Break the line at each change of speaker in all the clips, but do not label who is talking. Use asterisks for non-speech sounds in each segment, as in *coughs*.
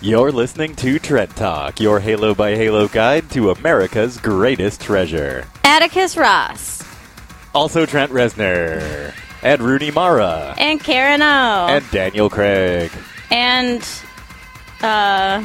You're listening to Trent Talk, your Halo by Halo guide to America's greatest treasure.
Atticus Ross
Also, Trent Reznor, and Rooney Mara,
and Karen O
and Daniel Craig,
and uh,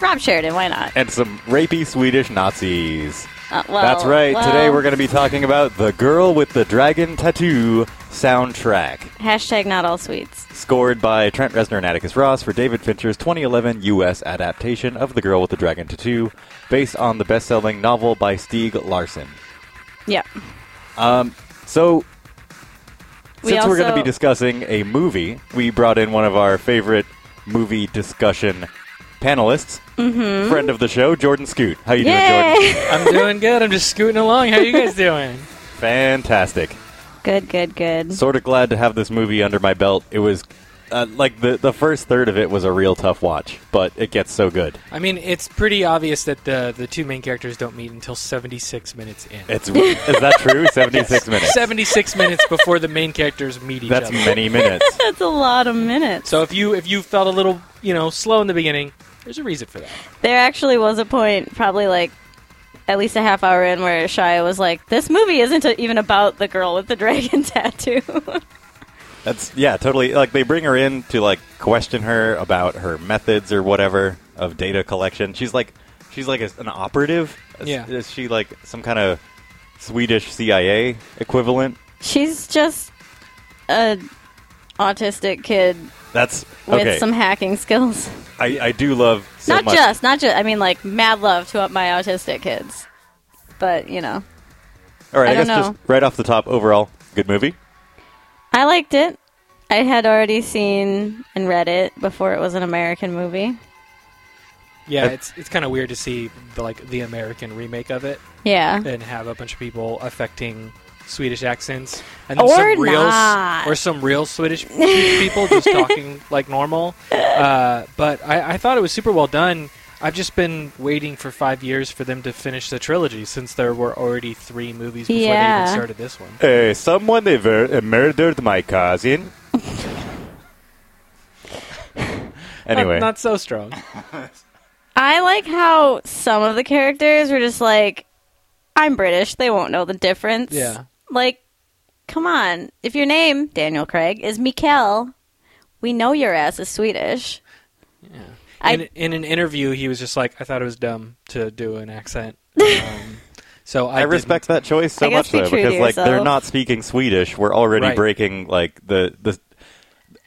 Rob Sheridan. Why not?
and some rapey Swedish Nazis.
Uh, well,
That's right.
well,
Today we're going to be talking about the Girl with the Dragon Tattoo soundtrack,
hashtag not all sweets.
scored by Trent Reznor and Atticus Ross for David Fincher's 2011 U.S. adaptation of The Girl with the Dragon Tattoo, based on the best-selling novel by Stieg Larsson.
Yeah,
So,
We
since we're going to
also-
be discussing a movie, we brought in one of our favorite movie discussion panelists, friend of the show, Jordan Scoot. How you doing, Jordan?
Mm-hmm. yay! *laughs*
I'm doing good. I'm just scooting along. How you guys doing?
Fantastic.
good, good, good.
Sort of glad to have this movie under my belt. It was uh, like the the first third of it was a real tough watch, but it gets so good.
I mean, it's pretty obvious that the the two main characters don't meet until 76 minutes in.
It's is that
*laughs*
true? Seventy six minutes.
76 minutes before the main characters meet each
That's
other.
many minutes.
That's a lot of minutes.
So if you if you felt a little you know slow in the beginning, there's a reason for that.
There actually was a point, probably like at least a half hour in, where Shia was like, "This movie isn't even about the girl with the *laughs* dragon tattoo." *laughs*
That's yeah, totally. Like they bring her in to like question her about her methods or whatever of data collection. She's like, she's like a, an operative. Is-
Yeah.
is she like some kind of Swedish CIA equivalent?
She's just a autistic kid
That's
with
okay.
some hacking skills.
I, I do love so
not
much.
just, not just. I mean, like mad love to my autistic kids, but you know,
All right,
I
I,
don't
guess
know.
just right off the top, overall, good movie.
I liked it. I had already seen and read it before it was an American movie.
Yeah,
Uh,
it's it's kind of weird to see the, like the American remake of it
Yeah,
and have a bunch of people affecting Swedish accents and
Or
some real
not.
or some real Swedish *laughs* people
*laughs*
just talking like normal. Uh, but I, I thought it was super well done. I've just been waiting for five years for them to finish the trilogy since there were already three movies before they
Yeah.
even started this one.
Uh, someone murdered my cousin.
*laughs*
anyway,
Not, not
*laughs*
so strong.
I like how some of the characters were just like, "I'm British; they won't know the difference."
Yeah.
like, come on. If your name Daniel Craig is Mikkel, we know your ass is Swedish. I-
in, in an interview, he was just like, "I thought it was dumb to do
*laughs*
an accent." Um, so I,
I
didn't-
respect that choice so
I
much
guess be
though,
true to
because like they're
yourself.
not speaking Swedish. We're already
Right.
breaking like the the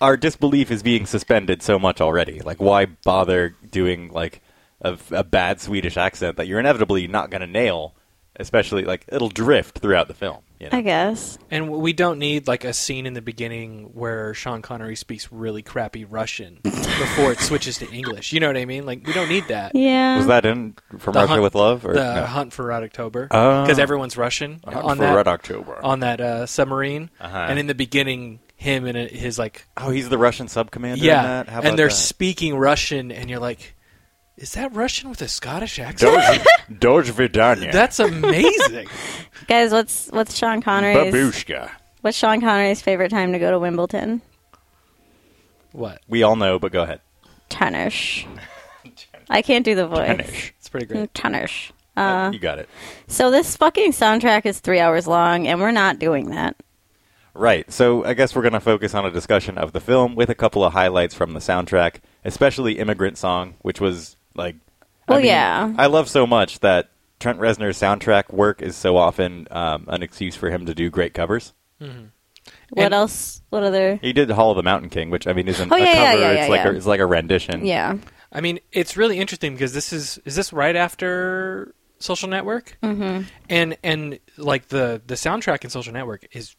our disbelief is being suspended so much already. Like why bother doing like a, a bad Swedish accent that you're inevitably not going to nail? Especially like it'll drift throughout the film. You know?
I guess.
And we don't need like a scene in the beginning where Sean Connery speaks really
*laughs*
crappy Russian before it switches to English. You know what I mean? Like we don't need that.
Yeah.
Was that in From Russia
Hunt-
with Love? Or,
the
no.
Hunt for Red October,
Oh.
because everyone's Russian
Hunt
on
for
that
Red October.
on that uh, submarine.
Uh-huh.
And in the beginning, him and uh, his like
oh, he's the Russian sub commander. in
yeah,
that? How about
and they're
that?
*laughs* speaking Russian, and you're like, is that Russian with a Scottish accent?
Doj, Doj Vidania. *laughs*
That's amazing.
Guys, what's what's Sean Connery's
babushka.
what's Sean Connery's favorite time to go to Wimbledon?
what?
We all know, but go ahead.
*laughs*
Tennis. I can't do the voice.
Finish.
It's pretty great.
Mm, Tennis. Uh,
you got it.
So this fucking soundtrack is three hours long, and we're not doing that.
Right. So I guess we're going to focus on a discussion of the film with a couple of highlights from the soundtrack, especially "Immigrant Song," which was like,
Well,
I mean,
yeah.
I love so much that Trent Reznor's soundtrack work is so often um, an excuse for him to do great covers.
What
And-
else? What other?
He did "Hall of the Mountain King," which I mean isn't
Oh,
a
yeah, yeah,
cover;
yeah,
it's
yeah,
like
yeah.
A, it's like a rendition.
Yeah.
I mean, it's really interesting because this is is this right after Social Network, mm-hmm. and and like the the soundtrack in Social Network is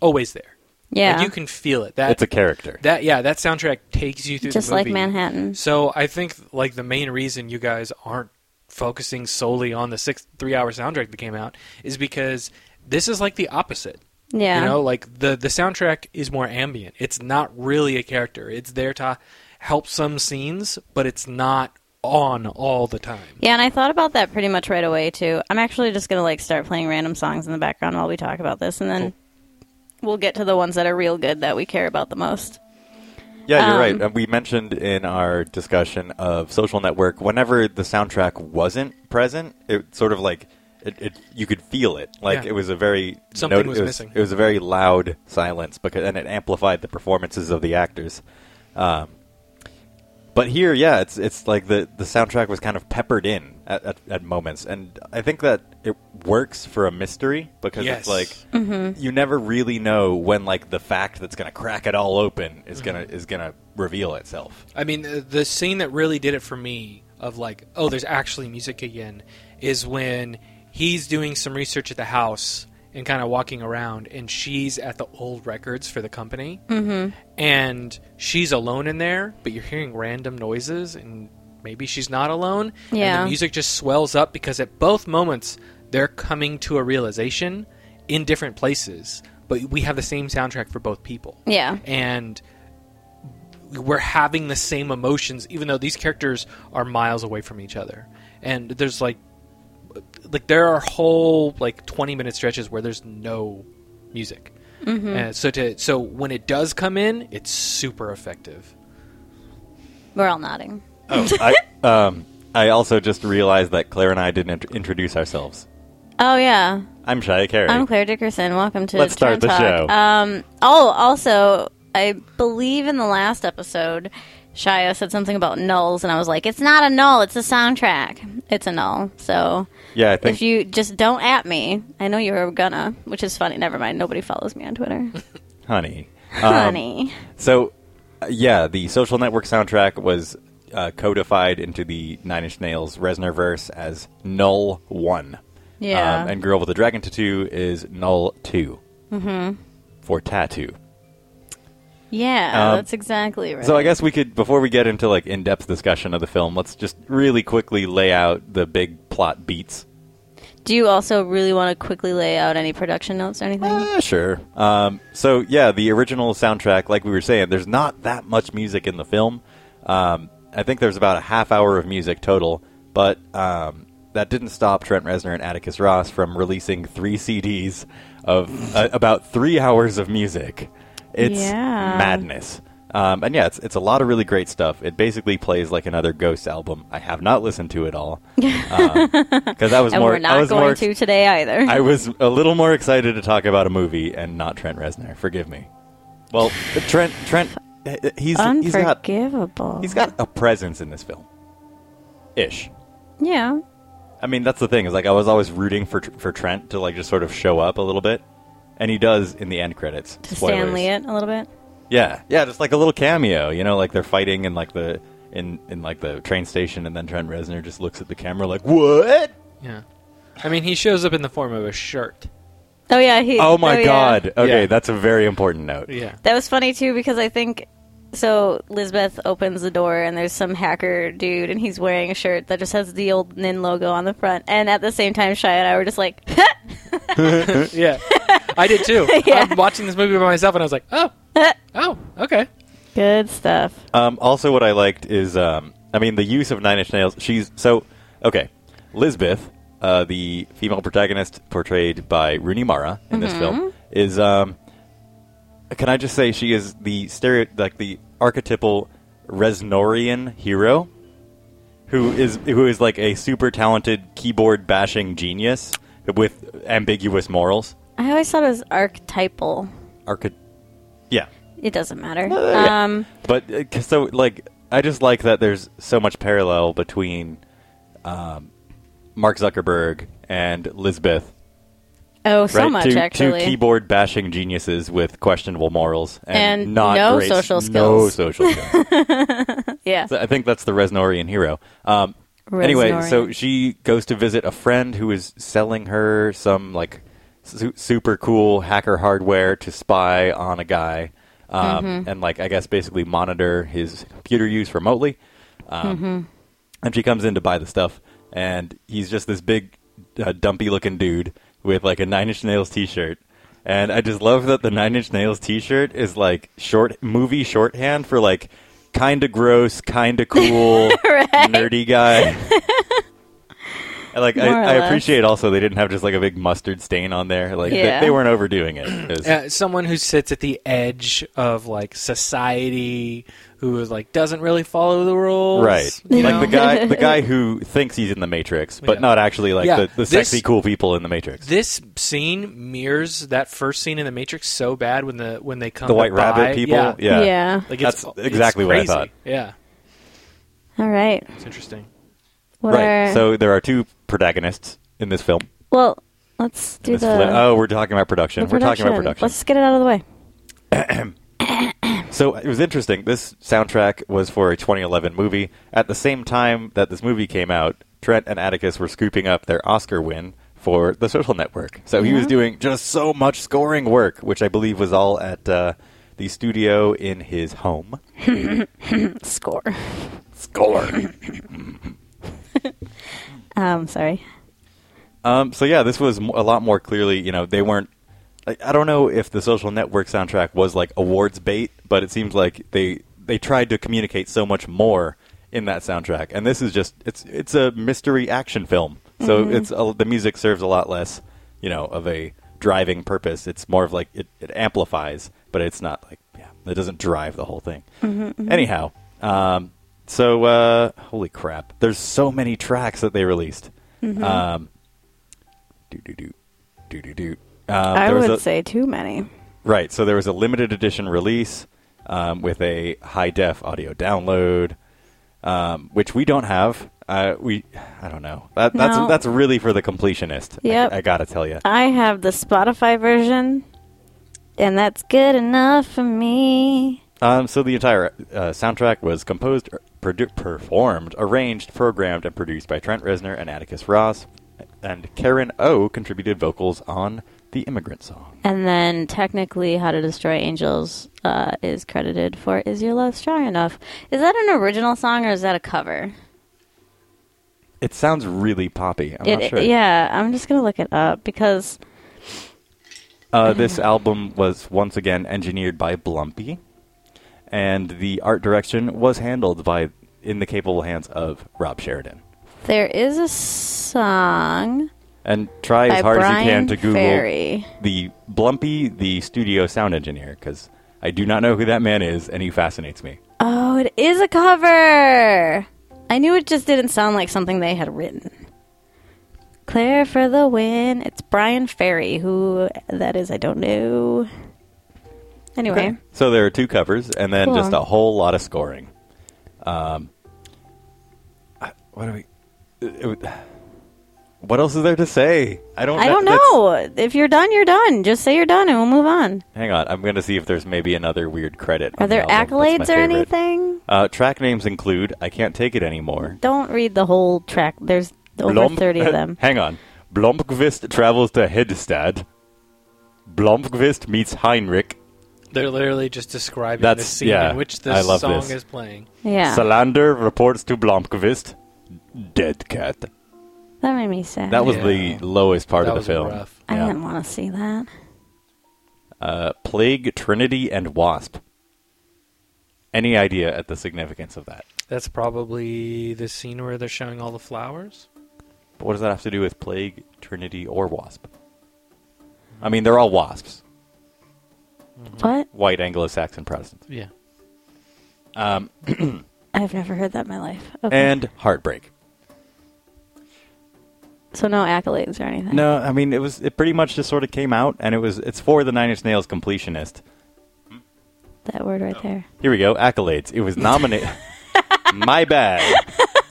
always there.
Yeah.
Like, you can feel it. That
it's a character.
that yeah, that soundtrack takes you through
Just
the
like
movie.
Manhattan.
So I think like the main reason you guys aren't focusing solely on the six three hour soundtrack that came out is because this is like the opposite.
Yeah.
You know, like the the soundtrack is more ambient. It's not really a character. It's there to help some scenes, but it's not on all the time.
Yeah, and I thought about that pretty much right away too. I'm actually just gonna like start playing random songs in the background while we talk about this, and then we'll get to the ones that are real good that we care about the most.
Yeah, you're
Um,
right. And we mentioned in our discussion of Social Network, whenever the soundtrack wasn't present, it sort of like it, it you could feel it. Like
Yeah.
it was a very
Something
note-
was
it
missing.
It was a very loud silence because and it amplified the performances of the actors. Um, but here, yeah, it's it's like the the soundtrack was kind of peppered in at, at, at moments, and I think that it works for a mystery because
Yes.
it's like you never really know when like the fact that's gonna crack it all open
Mm-hmm.
is gonna is gonna reveal itself.
I mean, the, the scene that really did it for me of like, oh, there's actually music again, is when he's doing some research at the house and kind of walking around, and she's at the old records for the company, mm-hmm. and she's alone in there, but you're hearing random noises, and maybe she's not alone. and
Yeah.
the music just swells up because at both moments they're coming to a realization in different places, but we have the same soundtrack for both people
Yeah.
and we're having the same emotions even though these characters are miles away from each other and there's like like there are whole like 20 minute stretches where there's no music And so to so when it does come in it's super effective
We're all nodding.
Oh, I um I also just realized that Claire and I didn't int- introduce ourselves.
Oh yeah.
I'm Shia Carey.
I'm Claire Dickerson. Welcome to
Let's start
Tron
the
Talk.
show.
Um, oh, also, I believe in the last episode, Shia said something about nulls, and I was like, "It's not a null. It's a soundtrack. It's a null." So
yeah, I think
if you just don't at me, I know you were gonna, which is funny. Never mind. Nobody follows me on Twitter.
Um, honey.
*laughs* Honey.
So, uh, yeah, the Social Network soundtrack was uh, codified into the Nine Inch Nails Resner verse as Null One.
Yeah.
Um, and Girl with a Dragon Tattoo is Null 2 Mm-hmm. For tattoo.
Yeah,
Um,
that's exactly right.
So I guess we could, before we get into like in-depth discussion of the film, let's just really quickly lay out the big plot beats.
Do you also really want to quickly lay out any production notes or anything?
Uh, sure. Um, so yeah, the original soundtrack, like we were saying, there's not that much music in the film. Um, I think there's about a half hour of music total, but um, that didn't stop Trent Reznor and Atticus Ross from releasing three CDs of uh, about three hours of music. It's
Yeah.
madness. Um, and yeah, it's it's a lot of really great stuff. It basically plays like another Ghost album. I have not listened to it
*laughs*
all because I was
and
more
we're
I
not
was
going
more
to today either.
I was a little more excited to talk about a movie and not Trent Reznor. Forgive me. Well, Trent, Trent, he's he's got
Unforgivable.
he's got a presence in this film, ish.
yeah.
I mean, that's the thing is like I was always rooting for for Trent to like just sort of show up a little bit, and he does in the end credits.
To
Spoilers.
Stanley it a little bit.
Yeah, yeah, just like a little cameo. You know, like they're fighting in like the in in like the train station, and then Trent Reznor just looks at the camera like, "What?
yeah i mean he shows up in the form of a shirt
Oh yeah, he.
Oh my
yeah.
god! Okay,
Yeah.
that's a very important note. *laughs*
yeah
That was funny too because I think so. Lisbeth opens the door and there's some hacker dude and he's wearing a shirt that just has the old Nin logo on the front. And at the same time, Shia and I were just like, *laughs*
yeah i did too
Yeah.
i'm watching this movie by myself and i was like oh oh okay
"Good stuff."
Um, also, what I liked is, um, I mean, the use of Nine Inch Nails. She's so okay. Lisbeth, uh, the female protagonist portrayed by Rooney Mara in this film, is. Um, can I just say she is the stereo, like the archetypal Reznorian hero, who is who is like a super talented keyboard bashing genius with ambiguous morals.
I always thought it was archetypal.
Archety- yeah.
It doesn't matter.
Uh, yeah.
Um,
But uh, 'cause so like I just like that there's so much parallel between um, Mark Zuckerberg and Lisbeth.
oh, so
right?
much
two,
actually.
Two keyboard bashing geniuses with questionable morals and,
And
not
no
great-
social
No
skills.
social
*laughs*
skills.
yeah.
So I think that's the Reznorian hero. Um, anyway,
Reznorian.
so she goes to visit a friend who is selling her some like su- super cool hacker hardware to spy on a guy, um, and like I guess basically monitor his computer use remotely. Um, And she comes in to buy the stuff, and he's just this big, uh, dumpy-looking dude with like a Nine Inch Nails T-shirt. And I just love that the Nine Inch Nails T-shirt is like short movie shorthand for like
*laughs*
kind of gross, kind of cool, nerdy guy. And, like I,
More or
I
less.
appreciate also they didn't have just like a big mustard stain on there. Like they-
Yeah.
they, weren't overdoing it. It was-
uh, someone who sits at the edge of like society who is like doesn't really follow the rules
Right,
you
like
know?
the
*laughs*
guy, the guy who thinks he's in the Matrix, but
Yeah.
not actually like
Yeah,
the, the
this-
sexy, cool people in the Matrix.
this scene mirrors that first scene in the matrix so bad when the when they come
the
to
White
buy-
Rabbit people,
yeah,
yeah,
yeah.
Like it's,
That's
it's
exactly what I
crazy.
thought.
yeah
All right.
it's interesting
What
right.
are
So there are two protagonists in this film.
well? Let's do
This
the,
fli-
the
oh, we're talking about production. We're talking about production.
Let's get it out of the way.
So it was interesting. This soundtrack was for a 2011 movie. At the same time that this movie came out, Trent and Atticus were scooping up their Oscar win for The Social Network. So he was doing just so much scoring work, which I believe was all at uh, the studio in his home.
Score.
Score.
Um, sorry.
um, so yeah, this was m- a lot more clearly. You know, they weren't. Like, I don't know if the Social Network soundtrack was like awards bait, but it seems like they they tried to communicate so much more in that soundtrack. And this is just it's it's a mystery action film, so it's a, the music serves a lot less, you know, of a driving purpose. It's more of like it, it amplifies, but it's not like yeah, it doesn't drive the whole thing. Anyhow, um, so uh, holy crap, there's so many tracks that they released.
Mm-hmm.
Um, do do do do do do. Um,
I
there was
would
a-
say too many.
right. So there was a limited edition release um, with a high def audio download, um, which we don't have. Uh, we I don't know. That,
No.
That's that's really for the completionist. I-
Yep.
I, gotta tell you.
I have the Spotify version, and that's good enough for me.
Um, so the entire uh, soundtrack was composed, er, produ- performed, arranged, programmed, and produced by Trent Reznor and Atticus Ross, and Karen O contributed vocals on the Immigrant Song.
And then technically, How to Destroy Angels uh, is credited for "Is Your Love Strong Enough." Is that an original song or is that a cover?
It sounds really poppy. I'm not
It-
sure.
Yeah, I'm just gonna look it up because
Uh, this album was once again engineered by Blumpy, and the art direction was handled by in the capable hands of Rob Sheridan.
there is a song
And try as
by
hard
Brian
as you can to Google
Ferry.
the Blumpy, the studio sound engineer, because I do not know who that man is, and he fascinates me.
Oh, it is a cover. I knew it just didn't sound like something they had written. Claire for the win. It's Brian Ferry. Who that is, I don't know. Anyway,
So there are two covers, and then
Cool.
just a whole lot of scoring. Um, I- what do we? it- it would- what else is there to say? I don't.
I don't
that's-
know. If you're done, you're done. Just say you're done and we'll move on.
Hang on, I'm going to see if there's maybe another weird credit.
Are
on the
there
album.
accolades or
That's my favorite.
anything?
Uh, track names include "I Can't Take It Anymore."
Don't read the whole track. There's over
Blomp-
30 of them.
*laughs* Hang on, Blomqvist travels to Hedestad. Blomqvist meets Heinrich.
they're literally just describing the
That's-
scene
yeah,
in which this
I love
song
this.
is playing
Yeah.
Salander reports to Blomqvist. Dead cat.
that made me sad.
That was
Yeah.
the lowest part
That
of the
was
film.
rough.
I
Yeah.
didn't want to see that.
Uh, Plague, Trinity, and Wasp. Any idea at the significance of that?
that's probably the scene where they're showing all the flowers
But what does that have to do with Plague, Trinity, or Wasp? I mean, they're all wasps.
What?
White Anglo-Saxon Protestants.
yeah
I've never heard that in my life. Okay.
And Heartbreak.
so no accolades or anything.
No, I mean it was it pretty much just sort of came out and it was it's for the Nine Inch Nails completionist.
That word right there.
Here we go, accolades. It was nominated My bad.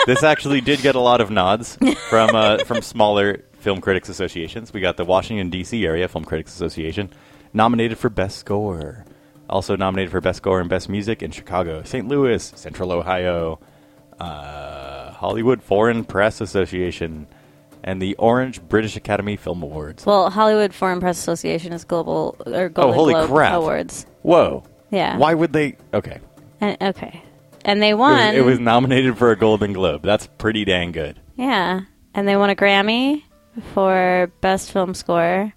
This actually did get a lot of nods from uh, from smaller film critics associations. We got the Washington D.C. area Film Critics Association nominated for best score. Also nominated for best score and best music in Chicago, St. Louis, Central Ohio, uh, Hollywood Foreign Press Association, and the Orange British Academy Film Awards.
Well, Hollywood Foreign Press Association is global or Golden
Oh, holy
Globe
crap.
awards.
Whoa.
Yeah.
Why would they? Okay.
And, okay. And they
It was-
won.
It was, nominated for a Golden Globe. That's pretty dang good.
Yeah. And they won a Grammy for Best Film Score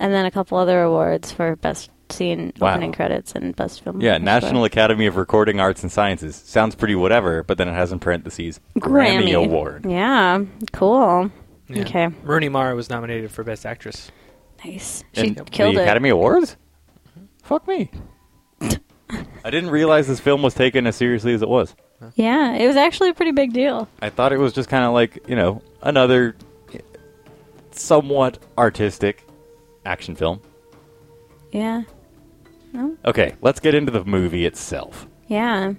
and then a couple other awards for Best seen
Wow.
opening credits in Best Film.
Yeah,
Best
National
Work.
Academy of Recording Arts and Sciences. Sounds pretty whatever, but then it has in parentheses
Grammy.
Award.
Yeah, cool.
Yeah.
Okay,
Rooney Mara was nominated for Best Actress.
nice. She
And
killed
the
it.
Academy Awards? Fuck me. I didn't realize this film was taken as seriously as it was.
Yeah, it was actually a pretty big deal.
I thought it was just kind of like, you know, another somewhat artistic action film.
Yeah,
Okay, let's get into the movie itself.
yeah.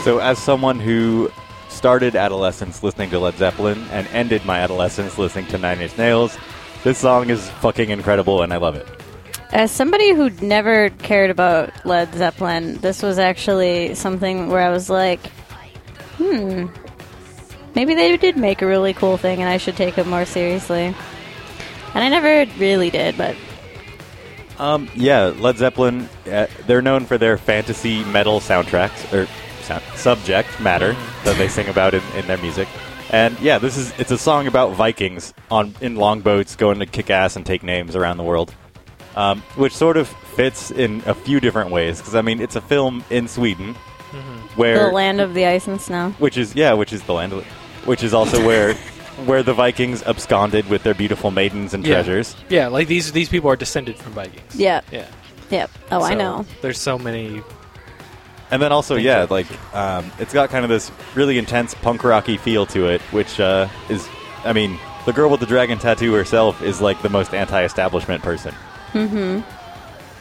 So, as someone who started adolescence listening to Led Zeppelin and ended my adolescence listening to Nine Inch Nails, this song is fucking incredible and I love it.
As somebody who never cared about Led Zeppelin, this was actually something where I was like, hmm, maybe they did make a really cool thing and I should take it more seriously. And I never really did, but
Um, yeah, Led Zeppelin, uh, they're known for their fantasy metal soundtracks, or sound, subject matter that they sing about in, in their music. And yeah, this is it's a song about Vikings on in longboats going to kick ass and take names around the world, um, which sort of fits in a few different ways. Because I mean, it's a film in Sweden, where
the land of the ice and snow.
which is yeah, which is the land, of- which is also
*laughs*
where where the Vikings absconded with their beautiful maidens and treasures.
Yeah, like these these people are descended from Vikings.
Yep.
Yeah.
Yep. Oh, I
So,
know.
There's so many.
And then also,
Thank
yeah,
you.
like um, it's got kind of this really intense punk rocky feel to it, which uh, is, I mean, the girl with the dragon tattoo herself is like the most anti-establishment person. Mm-hmm.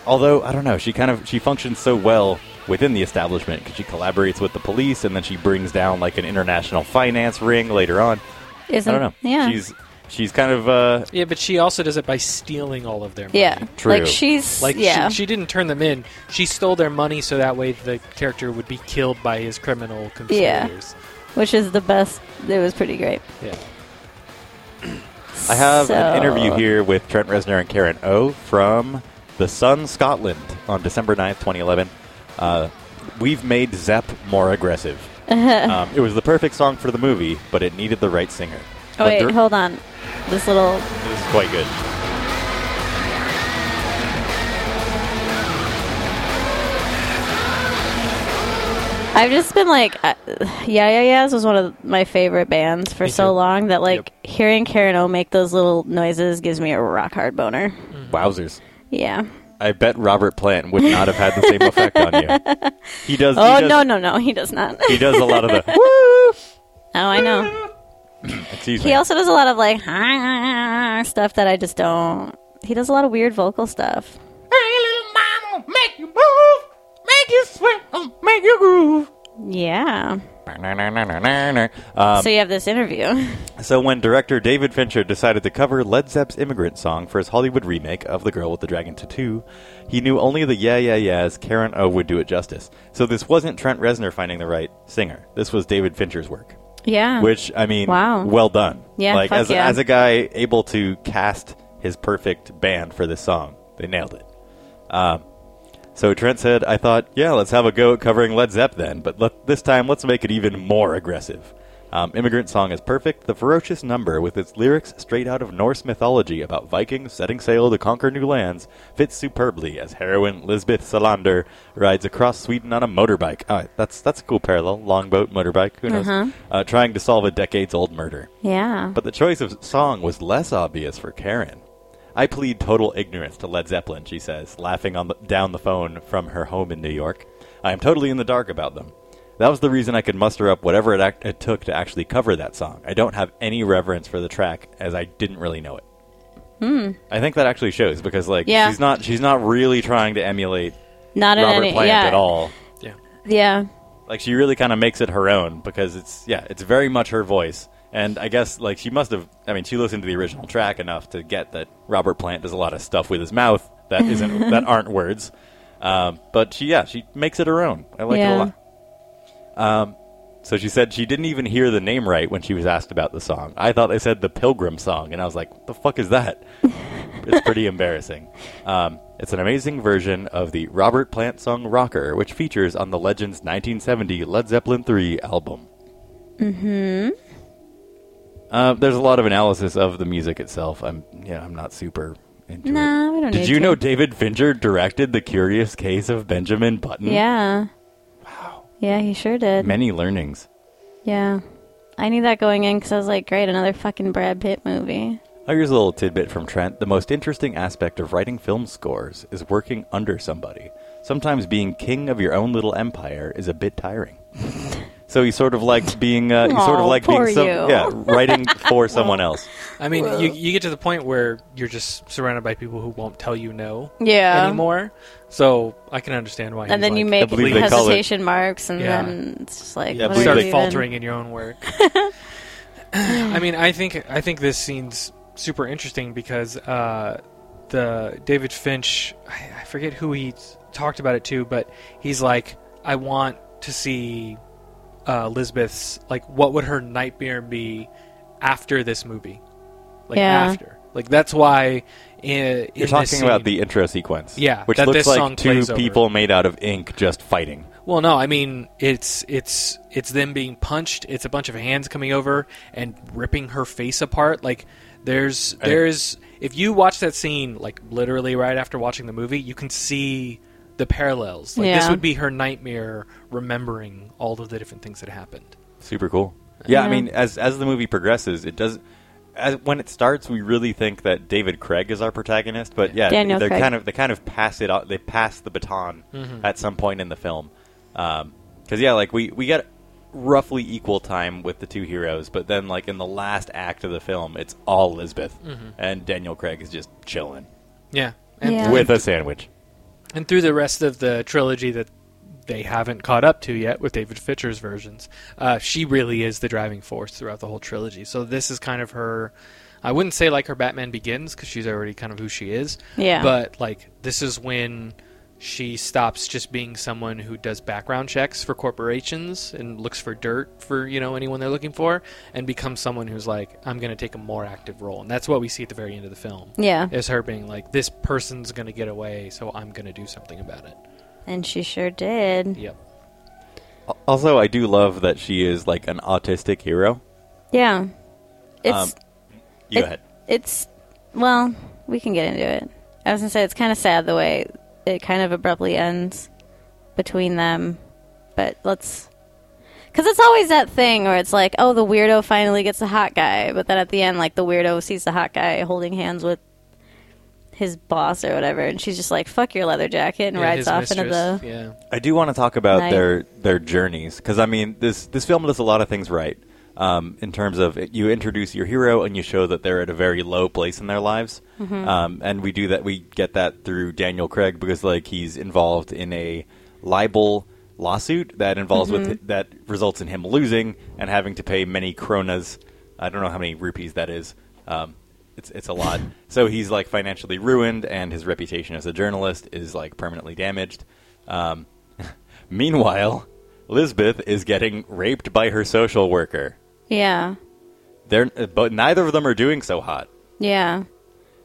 Although I don't know, she kind of she functions so well within the establishment because she collaborates with the police, and then she brings down like an international finance ring later on.
Isn't
I don't know.
yeah.
she's she's kind of uh,
Yeah, but she also does it by stealing all of their money.
yeah.
True.
Like she's
Like
yeah.
she, she didn't turn them in. She stole their money so that way the character would be killed by his criminal conspirators.
which is the best. It was pretty great.
Yeah.
I have
So-
an interview here with Trent Reznor and Karen O from The Sun Scotland on December 9th, 2011. Uh, we've made Zepp more
*laughs*
aggressive. um, it was the perfect song for the movie, but it needed the right singer.
Oh,
But
wait,
dur-
hold on. This little
This is quite good.
I've just been like, uh, Yeah Yeah Yeahs was one of my favorite bands for
Me
so
too.
long that like hearing Karen O make those little noises gives me a rock hard boner.
Wowzers.
Yeah.
I bet Robert Plant would not have had the same effect on you.
*laughs*
He does. he
Oh
does-
no no no, he does not.
He does a lot of the.
*laughs* oh, I know.
Excuse
He
*laughs* me.
also does a lot of like stuff that I just don't. He does a lot of weird vocal stuff.
Hey, little mama, make you move, make you sweat, oh, make you groove.
Yeah.
Um,
Um,
so you have this interview. *laughs*
So when director David Fincher decided to cover Led Zepp's Immigrant Song for his Hollywood remake of The Girl with the Dragon Tattoo, he knew only the Yeah Yeah Yeahs Karen O would do it justice. So this wasn't Trent Reznor finding the right singer. This was David Fincher's work,
yeah.
which I mean,
Wow.
well done.
Yeah,
like
fuck
as
yeah.
as a guy able to cast his perfect band for this song, they nailed it. Um, so Trent said, "I thought, yeah, let's have a go at covering Led Zepp then, but let, this time let's make it even more aggressive." Um, Immigrant Song is perfect. The ferocious number, with its lyrics straight out of Norse mythology about Vikings setting sail to conquer new lands, fits superbly as heroine Lisbeth Salander rides across Sweden on a motorbike. Ah, that's that's a cool parallel: longboat, motorbike. Who knows?
Uh-huh.
Uh, trying to solve a decades-old murder.
yeah.
But the choice of song was less obvious for Karen. I plead total ignorance to Led Zeppelin, she says, laughing on the, down the phone from her home in New York. I am totally in the dark about them. That was the reason I could muster up whatever it, act- it took to actually cover that song. I don't have any reverence for the track as I didn't really know it. I think that actually shows because like
Hmm. Yeah.
she's not she's not really trying to emulate
Not in
Robert
any.
Plant
yeah.
at all.
Yeah.
Yeah.
Like she really kind of makes it her own because it's yeah, it's very much her voice. And I guess like she must have I mean, she listened to the original track enough to get that Robert Plant does a lot of stuff with his mouth that isn't that aren't words. Um, but she yeah, she makes it her own. I like it
Yeah.
a lot. Um, So she said she didn't even hear the name right when she was asked about the song. I thought they said the Pilgrim song, and I was like, what the fuck is that? it's pretty *laughs* embarrassing. Um, it's an amazing version of the Robert Plant song Rocker, which features on the Legends 1970 Led Zeppelin III album. Mm-hmm. Uh, there's a lot of analysis of the music itself. I'm, yeah, I'm not super into it.
No, we don't
Did
need
you
to.
know David Fincher directed The Curious Case of Benjamin Button?
Yeah. Wow. Yeah, he sure did.
Many learnings.
Yeah. I knew that going in because I was like, great, another fucking Brad Pitt movie.
Oh, here's a little tidbit from Trent. The most interesting aspect of writing film scores is working under somebody. Sometimes being king of your own little empire is a bit
*laughs*
tiring. so he sort of likes being, uh, he sort of
Aw,
like
poor
being, some-
you.
yeah,
*laughs*
writing for someone else.
I mean, you, you get to the point where you're just surrounded by people who won't tell you no
Yeah.
anymore. So I can understand why.
And
he's
then you
like-
I
make
believe they call it-
hesitation marks, and
Yeah.
then it's just like,
Yeah, I
what
believe
are
start
they-
you even-
faltering in your
*laughs*
own work. I mean, I think I think this scene's super interesting because uh, the David Finch, I, I forget who he talked about it to, but he's like, I want to see uh, Lisbeth's like, what would her nightmare be after this movie? Like
Yeah.
after, like that's why. In,
You're talking about the intro sequence.
Yeah,
Which
that
looks
this song
like two
plays over.
people made out of ink just fighting.
Well, no, I mean it's it's it's them being punched. It's a bunch of hands coming over and ripping her face apart. Like there's there's if you watch that scene like literally right after watching the movie, you can see the parallels. Like this
Yeah.
would be her nightmare remembering all of the different things that happened.
Super cool. Yeah, I
Yeah.
mean, as as the movie progresses, it does. As, when it starts, we really think that David Craig is our protagonist, but yeah,
Daniel
they're
Craig.
kind of they kind of pass it. o- They pass the baton at some point in the film, because yeah, like we we get roughly equal time with the two heroes, but then like in the last act of the film, it's all Lisbeth and Daniel Craig is just chilling
Yeah. And
Yeah.
with a sandwich.
and through the rest of the trilogy that they haven't caught up to yet with David Fincher's versions, uh, she really is the driving force throughout the whole trilogy. So this is kind of her. I wouldn't say like her Batman Begins because she's already kind of who she is.
Yeah.
But like this is when she stops just being someone who does background checks for corporations and looks for dirt for you know anyone they're looking for and becomes someone who's like I'm going to take a more active role and that's what we see at the very end of the film
Yeah.
is her being like, this person's going to get away, so I'm going to do something about it.
And she sure did.
Yep.
Al- Also, I do love that she is like an autistic hero.
Yeah.
Um,
It's,
You
it-
go ahead.
it's, well, we can get into it. I was going to say, it's kind of sad the way it kind of abruptly ends between them, but let's. Because it's always that thing where it's like, oh, the weirdo finally gets the hot guy, but then at the end, like, the weirdo sees the hot guy holding hands with his boss or whatever, and she's just like, fuck your leather jacket, and rides off into the.
Yeah.
I do want to talk about
Night.
their their journeys because I mean this this film does a lot of things right um, in terms of it, you introduce your hero and you show that they're at a very low place in their lives, um, and we do that we get that through Daniel Craig because like he's involved in a libel lawsuit that involves with that results in him losing and having to pay many kronas. I don't know how many rupees that is. Um, it's it's a lot. so he's like financially ruined, and his reputation as a journalist is like permanently damaged. Um, Meanwhile, Lisbeth is getting raped by her social worker.
Yeah.
They're, but neither of them are doing so hot,
Yeah.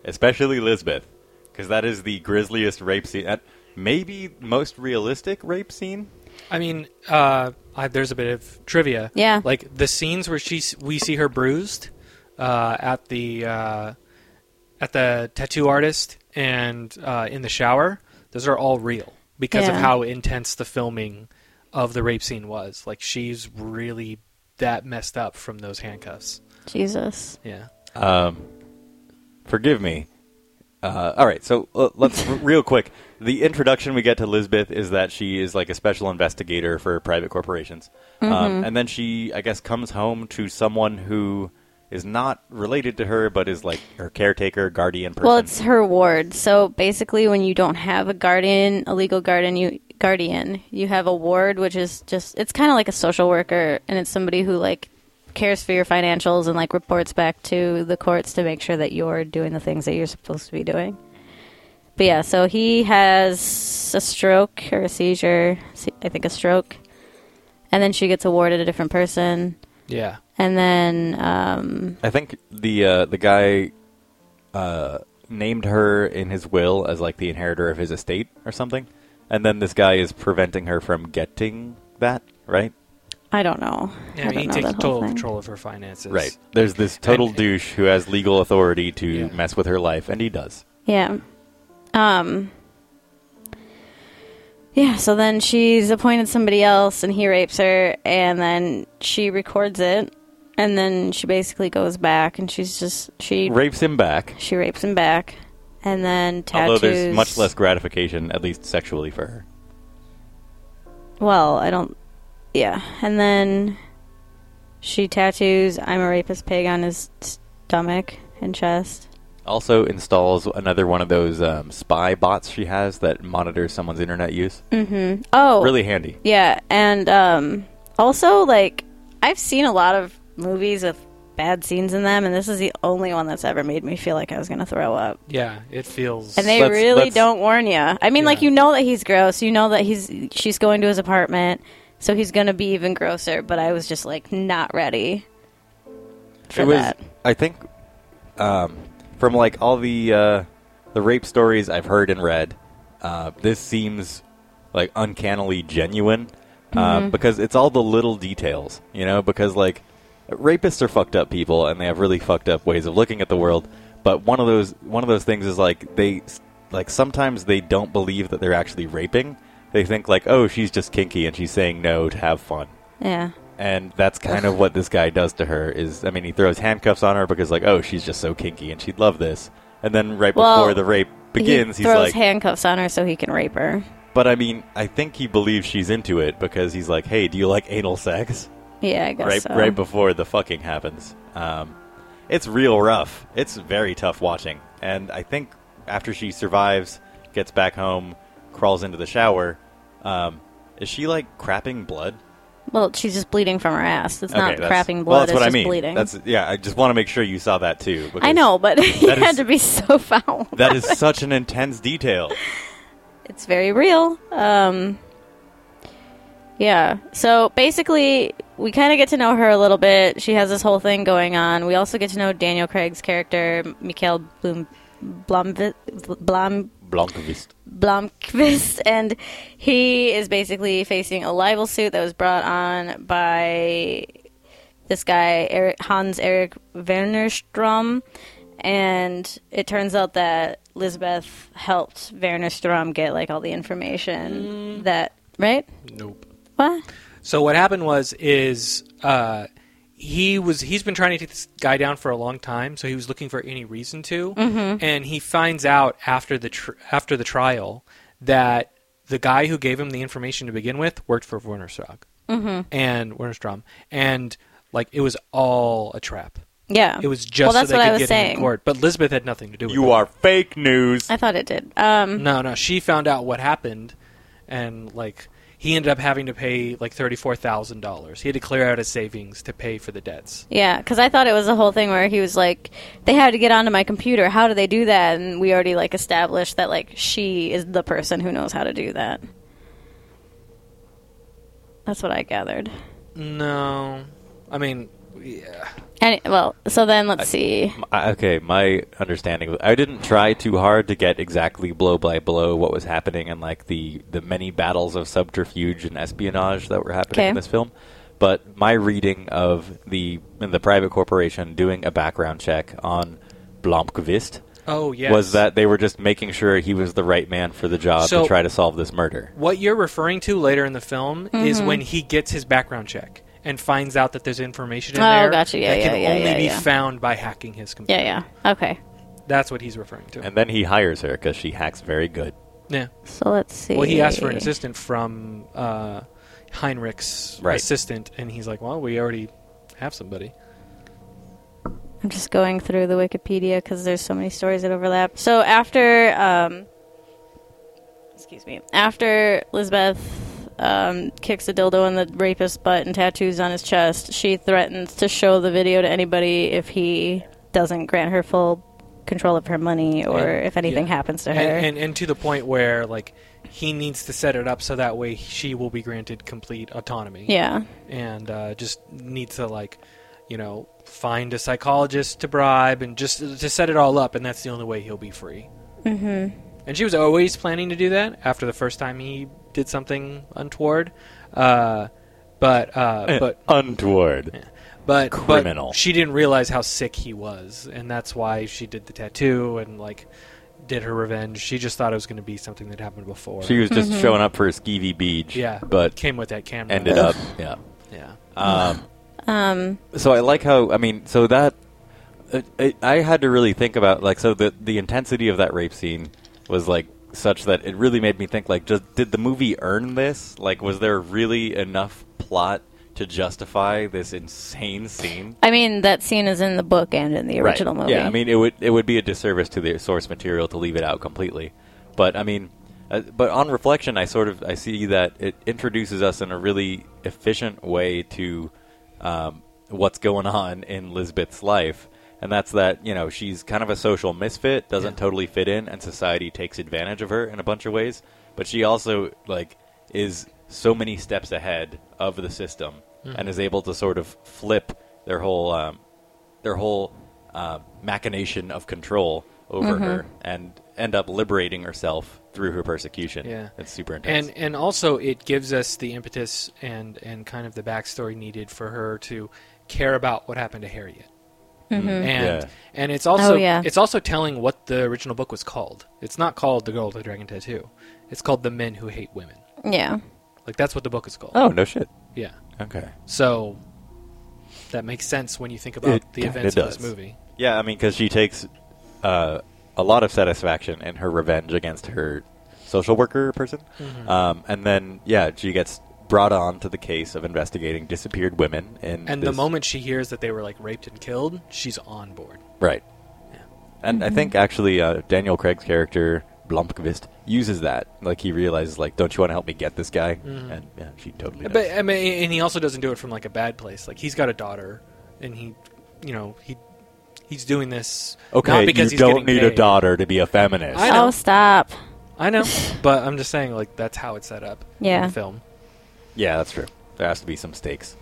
especially Lisbeth, because that is the grisliest rape scene. That maybe most realistic rape scene.
I mean, uh, I, there's a bit of trivia.
Yeah.
Like the scenes where she we see her bruised uh, at the uh, at the tattoo artist and uh, in the shower. Those are all real because of
Yeah.
how intense the filming of the rape scene was. Like she's really that messed up from those handcuffs.
Jesus.
Yeah.
Um, forgive me. Uh, all right, so uh, let's r- real quick. The introduction we get to Lisbeth is that she is like a special investigator for private corporations, um, and then she, I guess, comes home to someone who is not related to her, but is like her caretaker, guardian person.
Well, it's her ward. So basically, when you don't have a guardian, a legal guardian, you guardian. You have a ward, which is just it's kind of like a social worker, and it's somebody who like cares for your financials and like reports back to the courts to make sure that you're doing the things that you're supposed to be doing. But yeah, so he has a stroke or a seizure, se- I think a stroke, and then she gets awarded a different person,
Yeah.
and then um,
I think the uh, the guy uh, named her in his will as like the inheritor of his estate or something, and then this guy is preventing her from getting that. Right,
I don't know. I
Yeah,
don't
he
know
takes
that whole
total
thing.
control of her finances.
right. There's this total
And-
douche who has legal authority to
Yeah.
mess with her life, and he does.
Yeah. Um. Yeah, so then she's appointed somebody else and he rapes her and then she records it and then she basically goes back and she's just she
Rapes him back,
she rapes him back and then tattoos
although there's much less gratification, at least sexually, for her.
Well, I don't yeah. And then she tattoos I'm a rapist pig on his stomach and chest.
Also installs another one of those um, spy bots she has that monitors someone's internet use.
Oh.
Really handy.
Yeah, and um, also like I've seen a lot of movies with bad scenes in them, and this is the only one that's ever made me feel like I was gonna throw up.
Yeah, it feels.
And they
Let's-
really
let's-
don't warn you. I mean, like
Yeah.
you know that he's gross, you know that he's she's going to his apartment, so he's gonna be even grosser. But I was just like not ready for
it was,
that.
I think, um, from like all the uh, the rape stories I've heard and read, uh, this seems like uncannily genuine
Mm-hmm.
uh, because it's all the little details, you know. Because like rapists are fucked up people and they have really fucked up ways of looking at the world. But one of those one of those things is like they like sometimes they don't believe that they're actually raping. They think like, oh, she's just kinky and she's saying no to have fun
Yeah,
and that's kind of what this guy does to her is i mean he throws handcuffs on her because like oh she's just so kinky and she'd love this and then right
Well,
before the rape begins
he
he's
throws
like
handcuffs on her so he can rape her.
but i mean i think he believes she's into it because he's like hey do you like anal sex
Yeah, I guess
right
so.
right before the fucking happens um, it's real rough it's very tough watching and i think after she survives gets back home crawls into the shower um, is she like crapping blood
well, she's just bleeding from her ass. It's not
that's-
crapping blood.
Well, that's
it's
what
just
I mean.
bleeding.
That's yeah. I just want to make sure you saw that too.
I
because
know, but *laughs* he
that
had
is-
to be so *laughs* foul.
that is such an intense *laughs* detail.
it's very real. Um, yeah. So basically, we kind of get to know her a little bit. She has this whole thing going on. We also get to know Daniel Craig's character, Mikhail Blum, Blomvi- Blom,
Blomqvist.
Blomqvist, and he is basically facing a libel suit that was brought on by this guy Eric, Hans Eric Wernerstrom, and it turns out that Lisbeth helped Wernerstrom get like all the information that right
Nope.
what
So what happened was is uh, he was he's been trying to take this guy down for a long time, so he was looking for any reason to,
Mm-hmm.
and he finds out after the tr- after the trial that the guy who gave him the information to begin with worked for Wernerstrom
Mm-hmm.
and Wernerstrom, and like it was all a trap.
yeah
It was just
well
so
that's
they
what
could
I was
get him
saying
in court, but Lisbeth had nothing to do with it.
You are fake news.
I thought it did um
No, no. She found out what happened, and like he ended up having to pay like thirty four thousand dollars. He had to clear out his savings to pay for the debts.
yeah because I thought it was the whole thing where he was like they had to get onto my computer how do they do that and we already like established that like she is the person who knows how to do that that's what I gathered
No, I mean, yeah.
and well so then let's see
I- okay, my understanding. was- I didn't try too hard to get exactly blow by blow what was happening and like the the many battles of subterfuge and espionage that were happening
Okay.
in this film. But my reading of the in the private corporation doing a background check on Blomqvist
Oh yes.
was that they were just making sure he was the right man for the job
So-
to try to solve this murder.
what you're referring to later in the film? Is
Mm-hmm.
when he gets his background check and finds out that there's information in
Oh,
there
gotcha. Yeah,
that can
yeah, yeah,
only
yeah,
be
yeah.
found by hacking his computer.
Yeah, yeah. Okay.
That's what he's referring to.
And then he hires her because she hacks very good.
yeah.
So let's see.
Well, he asked for an assistant from uh, Heinrich's
Right.
assistant, and he's like, "Well, we already have somebody."
I'm just going through the Wikipedia because there's so many stories that overlap. So after um, excuse me, after Lisbeth um, kicks a dildo in the rapist's butt and tattoos on his chest, she threatens to show the video to anybody if he doesn't grant her full control of her money or
And-
if anything
yeah.
happens to her.
and, and and to the point where like he needs to set it up so that way she will be granted complete autonomy.
yeah.
and uh, just needs to like you know find a psychologist to bribe and just to set it all up and that's the only way he'll be free mm-hmm. and she was always planning to do that after the first time he did something untoward uh, but uh, but
untoward.
but but
Eh, Criminal.
she didn't realize how sick he was and that's why she did the tattoo and like did her revenge she just thought it was going to be something that happened before
She was just showing up for a skeevy beach.
Mm-hmm. yeah
but
came with that camera
ended up. Yeah.
*laughs* yeah
Um,
Um,
so I like how I mean, so that it, it, I had to really think about like so the the intensity of that rape scene was like such that it really made me think like just did the movie earn this? Like was there really enough plot to justify this insane scene?
I mean, that scene is in the book and in the original movie.
Yeah, I mean, it would it would be a disservice to the source material to leave it out completely. But I mean, uh, but on reflection, I sort of I see that it introduces us in a really efficient way to um, what's going on in Lisbeth's life, and that's that you know she's kind of a social misfit, doesn't totally fit in, and society takes advantage of her in a bunch of ways. But she also like is so many steps ahead of the system and is able to sort of flip their whole um, their whole uh, machination of control over
Mm-hmm.
her and end up liberating herself through her persecution.
Yeah.
It's super intense.
and and also it gives us the impetus and and kind of the backstory needed for her to care about what happened to Harriet. And
Mm-hmm. Yeah.
and it's also
Mm-hmm. Oh, yeah.
it's also telling what the original book was called. It's not called The Girl with the Dragon Tattoo. It's called The Men Who Hate Women.
yeah.
Like that's what the book is called.
oh, no shit.
Yeah.
Okay.
So that makes sense when you think about
It
the
kinda
events of this
does.
movie.
Yeah, I mean, because she takes uh, a lot of satisfaction in her revenge against her social worker person.
Mm-hmm.
Um, and then, yeah, she gets brought on to the case of investigating disappeared women. In
And the
this-
moment she hears that they were like raped and killed, she's on board.
Right. And I
Mm-hmm.
think actually uh, Daniel Craig's character Blomqvist uses that. Like he realizes, like, don't you want to help me get this guy? And yeah, she totally. Does.
Mm-hmm. But uh, I mean, and he also doesn't do it from like a bad place. Like he's got a daughter, and he, you know, he he's doing this
okay,
not because
you
he's
don't
getting
need a
paid.
daughter to be a feminist.
I know.
Oh, stop.
I know, but I'm just saying like that's how it's set up. in
Yeah.
the film.
yeah, that's true. There has to be some stakes.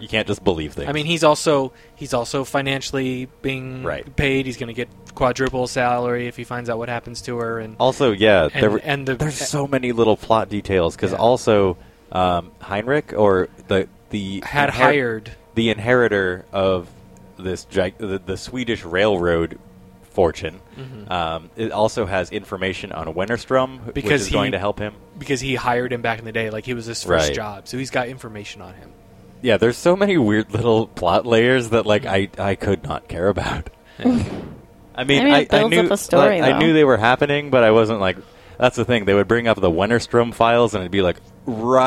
You can't just believe things.
Mm-hmm. I mean, he's also he's also financially being
Right.
paid. He's going to get quadruple salary if he finds out what happens to her. And
also, yeah,
And-
there were-
and the-
there's so many little plot details because
Yeah.
also um, Heinrich or the the
had
inher-
hired
the inheritor of this gi- the, the Swedish railroad fortune.
Mm-hmm.
Um, it also has information on Wennerstrom, which
Because
is
he-
going to help him.
because he hired him back in the day. Like he was his first
Right.
job, so he's got information on him.
Yeah, there's so many weird little plot layers that like I
Mm-hmm.
I could not care about. I mean,
I mean,
I,
it builds
knew
up a story,
like, I
though.
knew they were happening, but I wasn't like. That's the thing. They would bring up the Wennerstrom files, and it'd be like,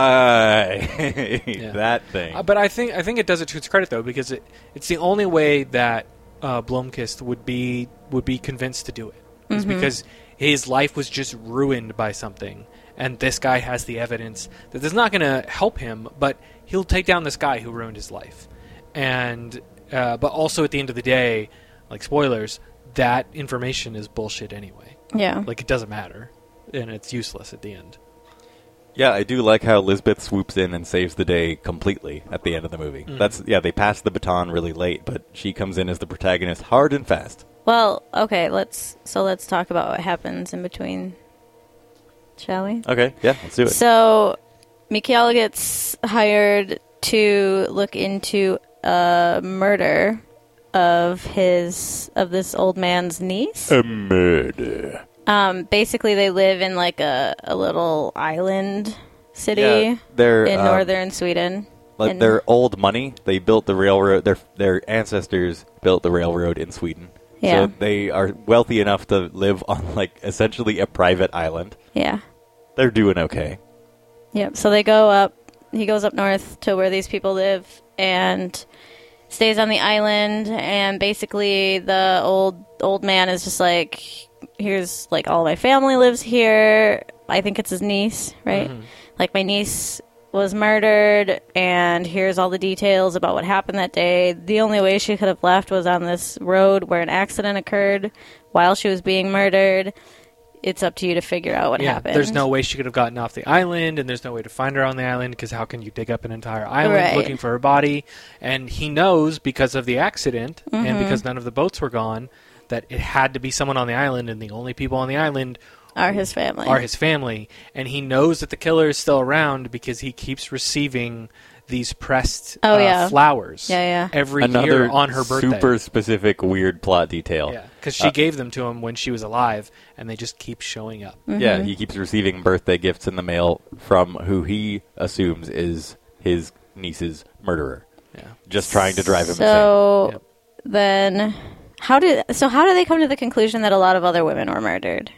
right, *laughs* that thing.
Uh, but I think I think it does it to its credit though, because it, it's the only way that uh, Blomkist would be would be convinced to do it. It's because his life was just ruined by something, and this guy has the evidence that is not going to help him, but he'll take down this guy who ruined his life. And uh, but also at the end of the day, like spoilers, that information is bullshit anyway.
Yeah.
Like it doesn't matter, and it's useless at the end.
Yeah, I do like how Lisbeth swoops in and saves the day completely at the end of the movie. That's yeah, they pass the baton really late, but she comes in as the protagonist hard and fast.
Well, okay, let's so let's talk about what happens in between. Shall we?
Okay, yeah, let's do it.
So, Michaela gets hired to look into a murder of his of this old man's niece.
a murder.
Um, basically, they live in like a, a little island city
Yeah, they're
in
um,
northern Sweden.
like
And-
their old money. They built the railroad. Their their ancestors built the railroad in Sweden.
Yeah.
So they are wealthy enough to live on *laughs* like essentially a private island.
yeah,
They're doing okay.
Yep. So they go up. He goes up north to where these people live and stays on the island. And basically, the old old man is just like, "Here's like all my family lives here. I think it's his niece, right?
Mm-hmm.
Like my niece was murdered and here's all the details about what happened that day. The only way she could have left was on this road where an accident occurred while she was being murdered. It's up to you to figure out what
yeah,
happened.
there's no way she could have gotten off the island, and there's no way to find her on the island because how can you dig up an entire island
Right.
looking for her body? And he knows because of the accident and
Mm-hmm.
because none of the boats were gone that it had to be someone on the island, and the only people on the island
are his family.
are his family, and he knows that the killer is still around because he keeps receiving these pressed
Oh,
uh,
yeah.
flowers
Yeah, yeah.
every
Another
year on her birthday.
super Uh, specific weird plot detail.
yeah, because she gave them to him when she was alive, and they just keep showing up.
Mm. Mm-hmm.
Yeah, he keeps receiving birthday gifts in the mail from who he assumes is his niece's murderer,
Yeah.
just trying to drive him
So
Yep.
then, how did so how do they come to the conclusion that a lot of other women were murdered?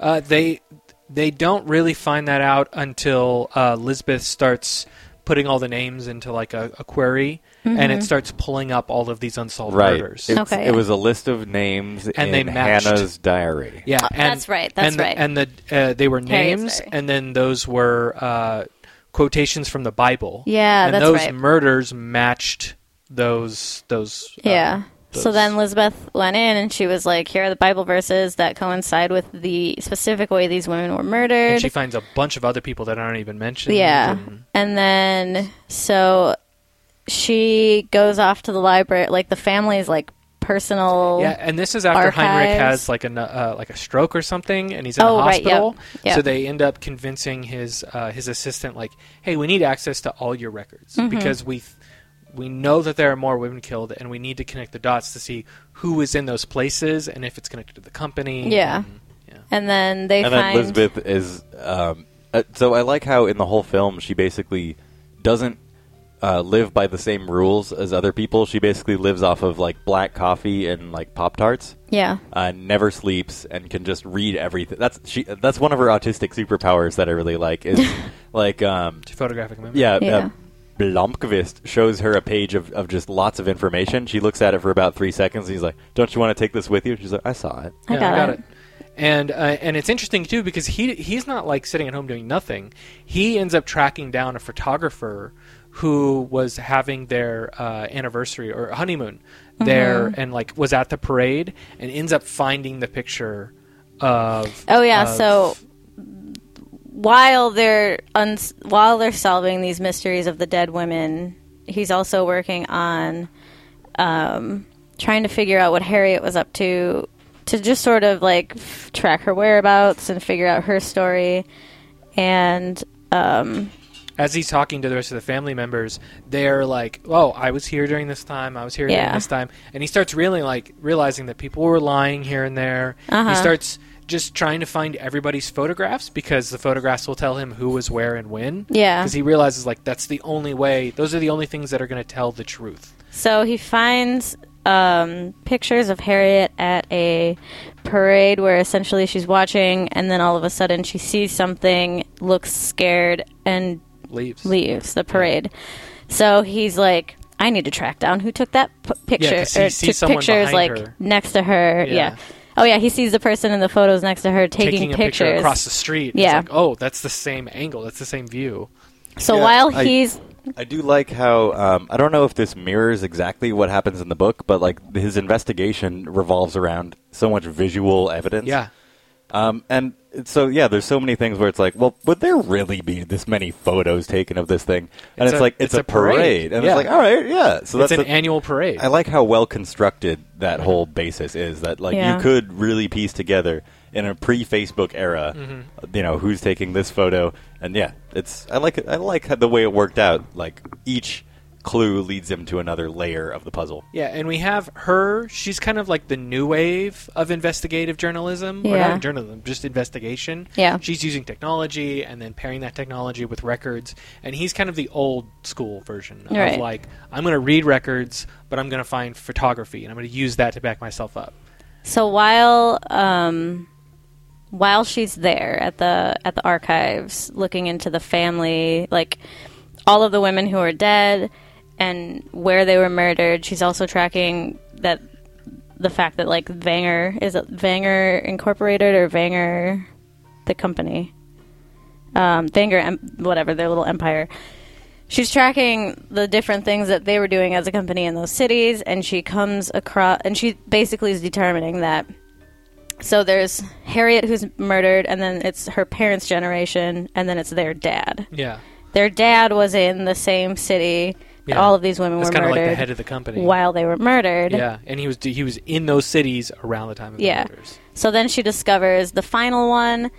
Uh, they they don't really find that out until uh, Lisbeth starts putting all the names into like a, a query, and
Mm-hmm.
it starts pulling up all of these unsolved
insane. Right.
murders.
It's-
Okay, yeah.
It was a list of names in
And they matched.
Hannah's diary.
Yeah,
Oh,
and,
that's right, that's
and the-
right.
And the uh, they were
Harriet's
names,
diary.
and then those were uh, quotations from the Bible.
Yeah,
and
that's
those
right.
murders matched those those. uh,
Yeah. So
those-
then Elizabeth went in and she was like, "Here are the Bible verses that coincide with the specific way these women were murdered."
and she Mm-hmm. finds a bunch of other people that aren't even mentioned.
yeah,
and-
and then so she goes off to the library, like the family's like personal.
Yeah, and this is after Heinrich
Archives.
has like a n- uh, like a stroke or something, and he's in
Oh,
the
right, yep,
hospital.
yep.
So they end up convincing his uh, his assistant, like, "Hey, we need access to all your records
Mm-hmm.
because we th- we know that there are more women killed, and we need to connect the dots to see who was in those places and if it's connected to the company."
Yeah.
and- yeah.
And then they
and then
find
Elizabeth is. Um, uh, so I like how in the whole film she basically doesn't uh, live by the same rules as other people. She basically lives off of like black coffee and like pop tarts.
yeah,
Uh, never sleeps and can just read everything. That's she. That's one of her autistic superpowers that I really like.
*laughs*
Is like um,
To photographic memory.
yeah.
Yeah.
Uh, Blomqvist shows her a page of, of just lots of information. She looks at it for about three seconds. And he's like, "Don't you want to take this with you?" She's like, "I saw it."
I
Yeah,
got it.
And uh, and it's interesting too because he he's not like sitting at home doing nothing. He ends up tracking down a photographer who was having their uh, anniversary or honeymoon there
Mm-hmm.
and like was at the parade and ends up finding the picture of
Oh yeah,
of-
so while they're uns- while they're solving these mysteries of the dead women, he's also working on um, trying to figure out what Harriet was up to to just sort of like f- track her whereabouts and figure out her story and
as he's talking to the rest of the family members, they're like, "Oh, I was here during this time. I was here
Yeah.
during this time," and he starts really like realizing that people were lying here and there.
Uh-huh.
He starts just trying to find everybody's photographs because the photographs will tell him who was where and when.
Yeah.
because he realizes like that's the only way. Those are the only things that are going to tell the truth.
So he finds um, pictures of Harriet at a parade where essentially she's watching, and then all of a sudden she sees something, looks scared, and
Leaves.
leaves the parade. So he's like, I need to track down who took that p- picture.
'cause he
or
sees
took
someone
pictures like
behind her.
next to her. Yeah.
Yeah.
Oh yeah, he sees the person in the photos next to her taking,
Taking a
pictures.
picture across the street.
Yeah.
It's like, oh, that's the same angle. That's the same view.
so
Yeah,
while
I-
he's
I do like how um, I don't know if this mirrors exactly what happens in the book, but like his investigation revolves around so much visual evidence.
Yeah.
Um, and so yeah, there's so many things where it's like, well, would there really be this many photos taken of this thing? And
It's
it's,
a-
like it's, a, parade, and
Yeah.
it's like all right, yeah. So
it's
that's
an
the-
annual parade.
I like how well constructed that whole basis is. That like
Yeah.
you could really piece together in a pre-Facebook era, you know, who's taking this photo, and yeah, it's I like it. I like how the way it worked out. Like each clue leads him to another layer of the puzzle.
Yeah, and we have her. She's kind of like the new wave of investigative journalism, or
Yeah.
not even journalism, just investigation.
Yeah.
she's using technology and then pairing that technology with records, and he's kind of the old school version
Right.
of like, I'm going to read records, but I'm going to find photography, and I'm going to use that to back myself up.
So while um, while she's there at the at the archives, looking into the family, like all of the women who are dead and where they were murdered, she's also tracking that the fact that like Vanger is it Vanger Incorporated or Vanger the company. um, Thanger, em- whatever their little empire. She's tracking the different things that they were doing as a company in those cities, and she comes across, and she basically is determining that. So there's Harriet who's murdered, and then it's her parents' generation, and then it's their dad.
Yeah.
Their dad was in the same city. that
Yeah.
All of these women
That's
were
kind of
murdered
like the head of the company.
while they were murdered.
Yeah, and he was he was in those cities around the time of the
Yeah.
murders.
So then she discovers the final one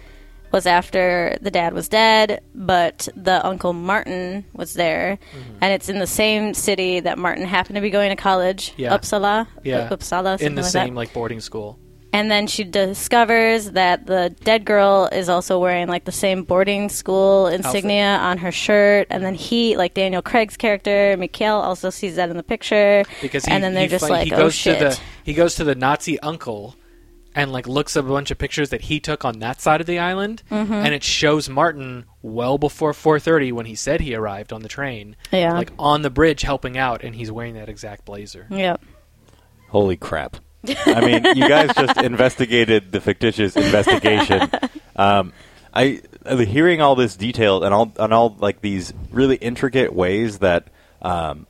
was after the dad was dead, but the uncle Martin was there,
Mm-hmm.
and it's in the same city that Martin happened to be going to college,
Yeah.
Uppsala,
Yeah.
Uppsala, something
in the
like
same
that.
like boarding school.
And then she discovers that the dead girl is also wearing like the same boarding school insignia on her shirt, and then he, like Daniel Craig's character, Mikhail, also sees that in the picture,
because he,
and then they're
he
just
fi-
like,
he
oh
goes
shit.
to the he goes to the Nazi uncle and like looks up a bunch of pictures that he took on that side of the island
Mm-hmm.
and it shows Martin well before 4:30 when he said he arrived on the train
Yeah.
like on the bridge helping out and he's wearing that exact blazer
Yep.
Holy crap. I mean, you guys *laughs* just investigated the fictitious *laughs* investigation. Um, I uh, hearing all this detail and all and all like these really intricate ways that um,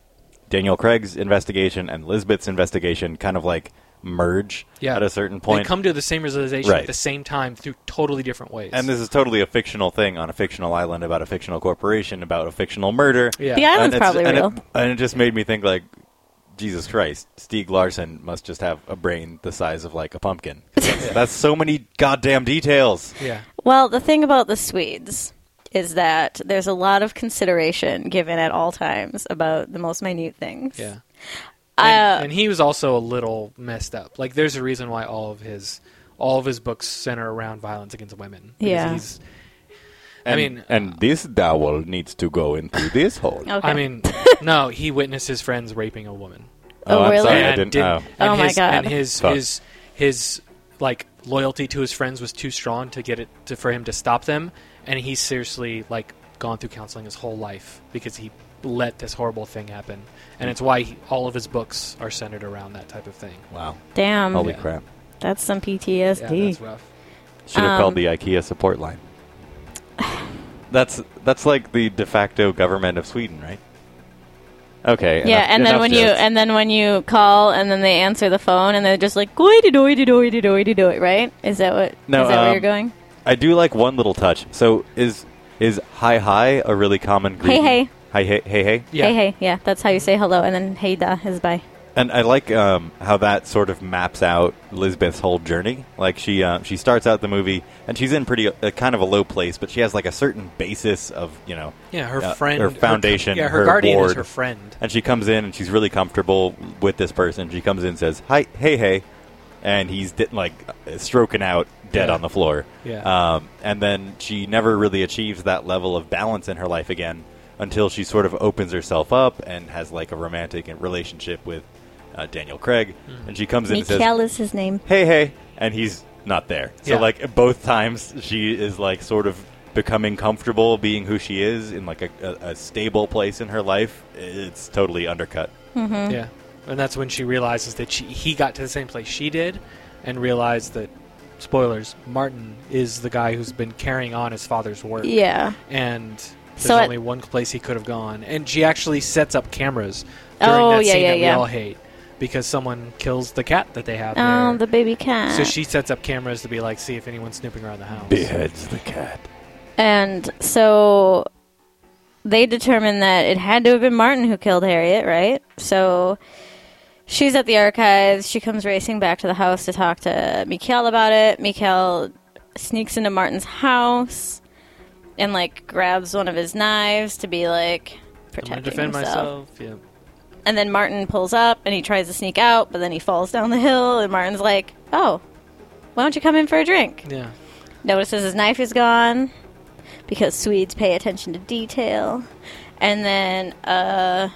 Daniel Craig's investigation and Lisbeth's investigation kind of like merge
Yeah.
at a certain
they
point.
come to the same realization
Right.
at the same time through totally different ways
and this is totally a fictional thing on a fictional island about a fictional corporation about a fictional murder.
yeah
The
and
island's
it's-
probably
and
real.
It, and it just made me think like, Jesus Christ, Stieg Larsson must just have a brain the size of like a pumpkin.
*laughs*
That's, that's so many goddamn details.
yeah
Well, the thing about the Swedes is that there's a lot of consideration given at all times about the most minute things.
yeah
Uh,
and, and he was also a little messed up. Like, there's a reason why all of his all of his books center around violence against women. Because
Yeah.
he's-
And,
mean-
and this dowel needs to go into this hole.
Okay. *laughs*
I mean, no, he witnessed his friends raping a woman.
Oh,
I'm
really?
sorry,
And
I didn't. know.
and
Oh my
his,
God.
And his
Fuck.
his his like loyalty to his friends was too strong to get it to for him to stop them, and he's seriously like gone through counseling his whole life because he let this horrible thing happen, and it's why he, all of his books are centered around that type of thing.
Wow.
Damn,
Holy
Yeah.
crap.
that's some
Yeah,
PTSD.
that's rough.
Should have
Um,
called the IKEA support
*sighs*
line. That's that's like the de facto government of Sweden, right? Okay.
Yeah,
enough-
and then
enough
when you
jokes.
and then when you call and then they answer the phone and they're just like doity doity doity doity doity, right? Is that what?
No,
is that where
um,
you're going?
I do like one little touch. So is is hi hi a really common greeting?
hey.
Hi hey hey hey.
Yeah.
Hey hey, yeah, that's how you say hello, and then hey da is bye.
And I like um, how that sort of maps out Lisbeth's whole journey. Like she uh, she starts out the movie and she's in pretty uh, kind of a low place, but she has like a certain basis of you know
Yeah, her
uh,
friend,
her foundation,
yeah, her,
her
guardian
ward.
is her friend.
And she comes in and she's really comfortable with this person. She comes in and says, "Hi, hey, hey," and he's di- like uh, stroking out dead
Yeah.
on the floor.
Yeah.
Um, and then she never really achieves that level of balance in her life again until she sort of opens herself up and has like a romantic and relationship with uh, Daniel Craig.
Hmm.
And she comes in and says,
Mikael is his name.
hey hey and he's not there so
Yeah.
like both times she is like sort of becoming comfortable being who she is in like a, a, a stable place in her life it's totally undercut
Mm-hmm.
Yeah, and that's when she realizes that she he got to the same place she did, and realized that spoilers Martin is the guy who's been carrying on his father's work.
Yeah.
and there's
So at-
only one place he could have gone, and she actually sets up cameras during
Oh,
that
yeah,
scene
yeah,
that
yeah.
we all hate because someone kills the cat that they have
Oh, the
there.
baby cat.
so she sets up cameras to be like, see if anyone's snooping around the house.
beheads the cat
And so they determined that it had to have been Martin who killed Harriet, right? So she's at the archives. She comes racing back to the house to talk to Mikhail about it. Mikhail sneaks into Martin's house and, like, grabs one of his knives to be, like,
I'm gonna
protecting
defend
himself.
myself. Yeah.
And then Martin pulls up and he tries to sneak out, but then he falls down the hill, and Martin's like, oh, why don't you come in for a drink?
yeah.
notices his knife is gone because Swedes pay attention to detail. And then uh,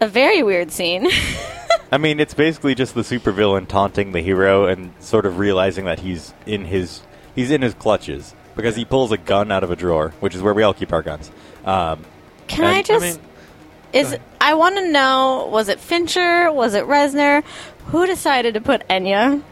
a very weird scene. *laughs*
i mean it's basically just the supervillain taunting the hero and sort of realizing that he's in his he's in his clutches because he pulls a gun out of a drawer which is where we all keep our guns um,
Can
And-
I
I
just
I mean,
is I want to know was it Fincher? Was it Resner? Who decided to put Enya?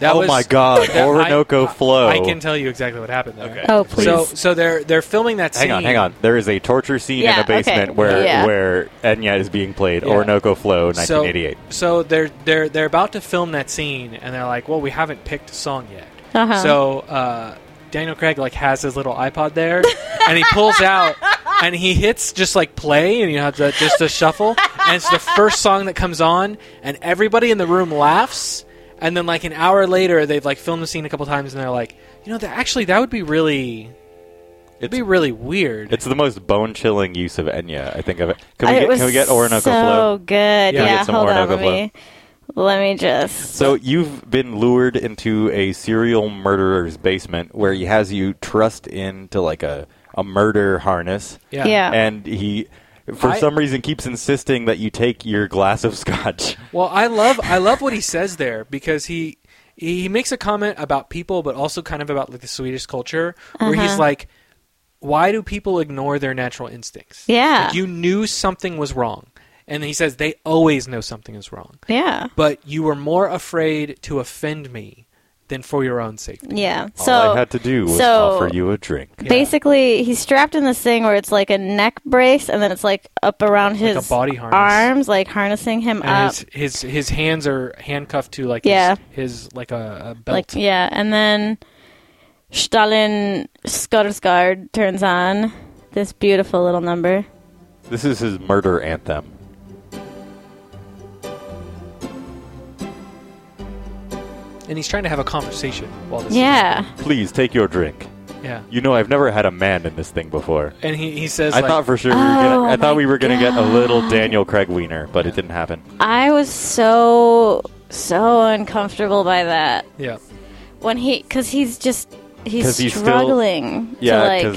That
oh
was-
my God,
that- I-
Orinoco Flow.
I can tell you exactly what happened there.
Okay.
Oh, please.
So, so they're they're filming that scene.
Hang on, hang on. There is a torture scene in
Yeah,
a basement
okay.
where
Yeah.
where Enya is being played.
Yeah.
Orinoco Flow,
So-
1988.
So, they're they're they're about to film that scene, and they're like, "Well, we haven't picked a song yet."
Uh-huh.
So uh, Daniel Craig like has his little iPod there, and he pulls out and he hits just like play, and you have to just a shuffle, and it's the first song that comes on, and everybody in the room laughs. And then like an hour later, they've like filmed the scene a couple times, and they're like, "You know, that actually that would be really." It'd
It's-
be really weird.
it's the most bone chilling use of Enya. I think of it. Can
It
we get,
was
can we get Orinoco
so
Flow?
good. Yeah,
we get some
hold
Orinoco
on. Let me, let me just.
So you've been lured into a serial murderer's basement where he has you trussed into like a, a murder harness.
yeah.
yeah.
And he, for
I-
some reason, keeps insisting that you take your glass of scotch.
Well, I love I love what he says there because he he makes a comment about people, but also kind of about like the Swedish culture, where
Uh-huh.
he's like, "Why do people ignore their natural instincts?
Yeah.
Like, you knew something was wrong, and he says they always know something is wrong,
yeah.
but you were more afraid to offend me than for your own safety."
Yeah. So
All I had to do was
so-
offer you a drink.
basically he's strapped in this thing where it's like a neck brace and then it's like up around his
a body harness.
arms like harnessing him
And
up
his, his his hands are handcuffed to like
Uh, Yeah.
his, his like a, a belt.
like yeah and then Stalin Skarsgård turns on this beautiful little number
This is his murder anthem.
and he's trying to have a conversation while this is-
yeah
Please take your drink.
yeah.
You know, I've never had a man in this thing before.
And he, he says,
I
like,
thought for sure we were gonna,
Oh
I thought
my
we were gonna get a little Daniel Craig wiener, but it didn't happen.
I was so so uncomfortable by that
yeah.
when he cuz he's just he's
'Cause he's still-
struggling to
Yeah,
like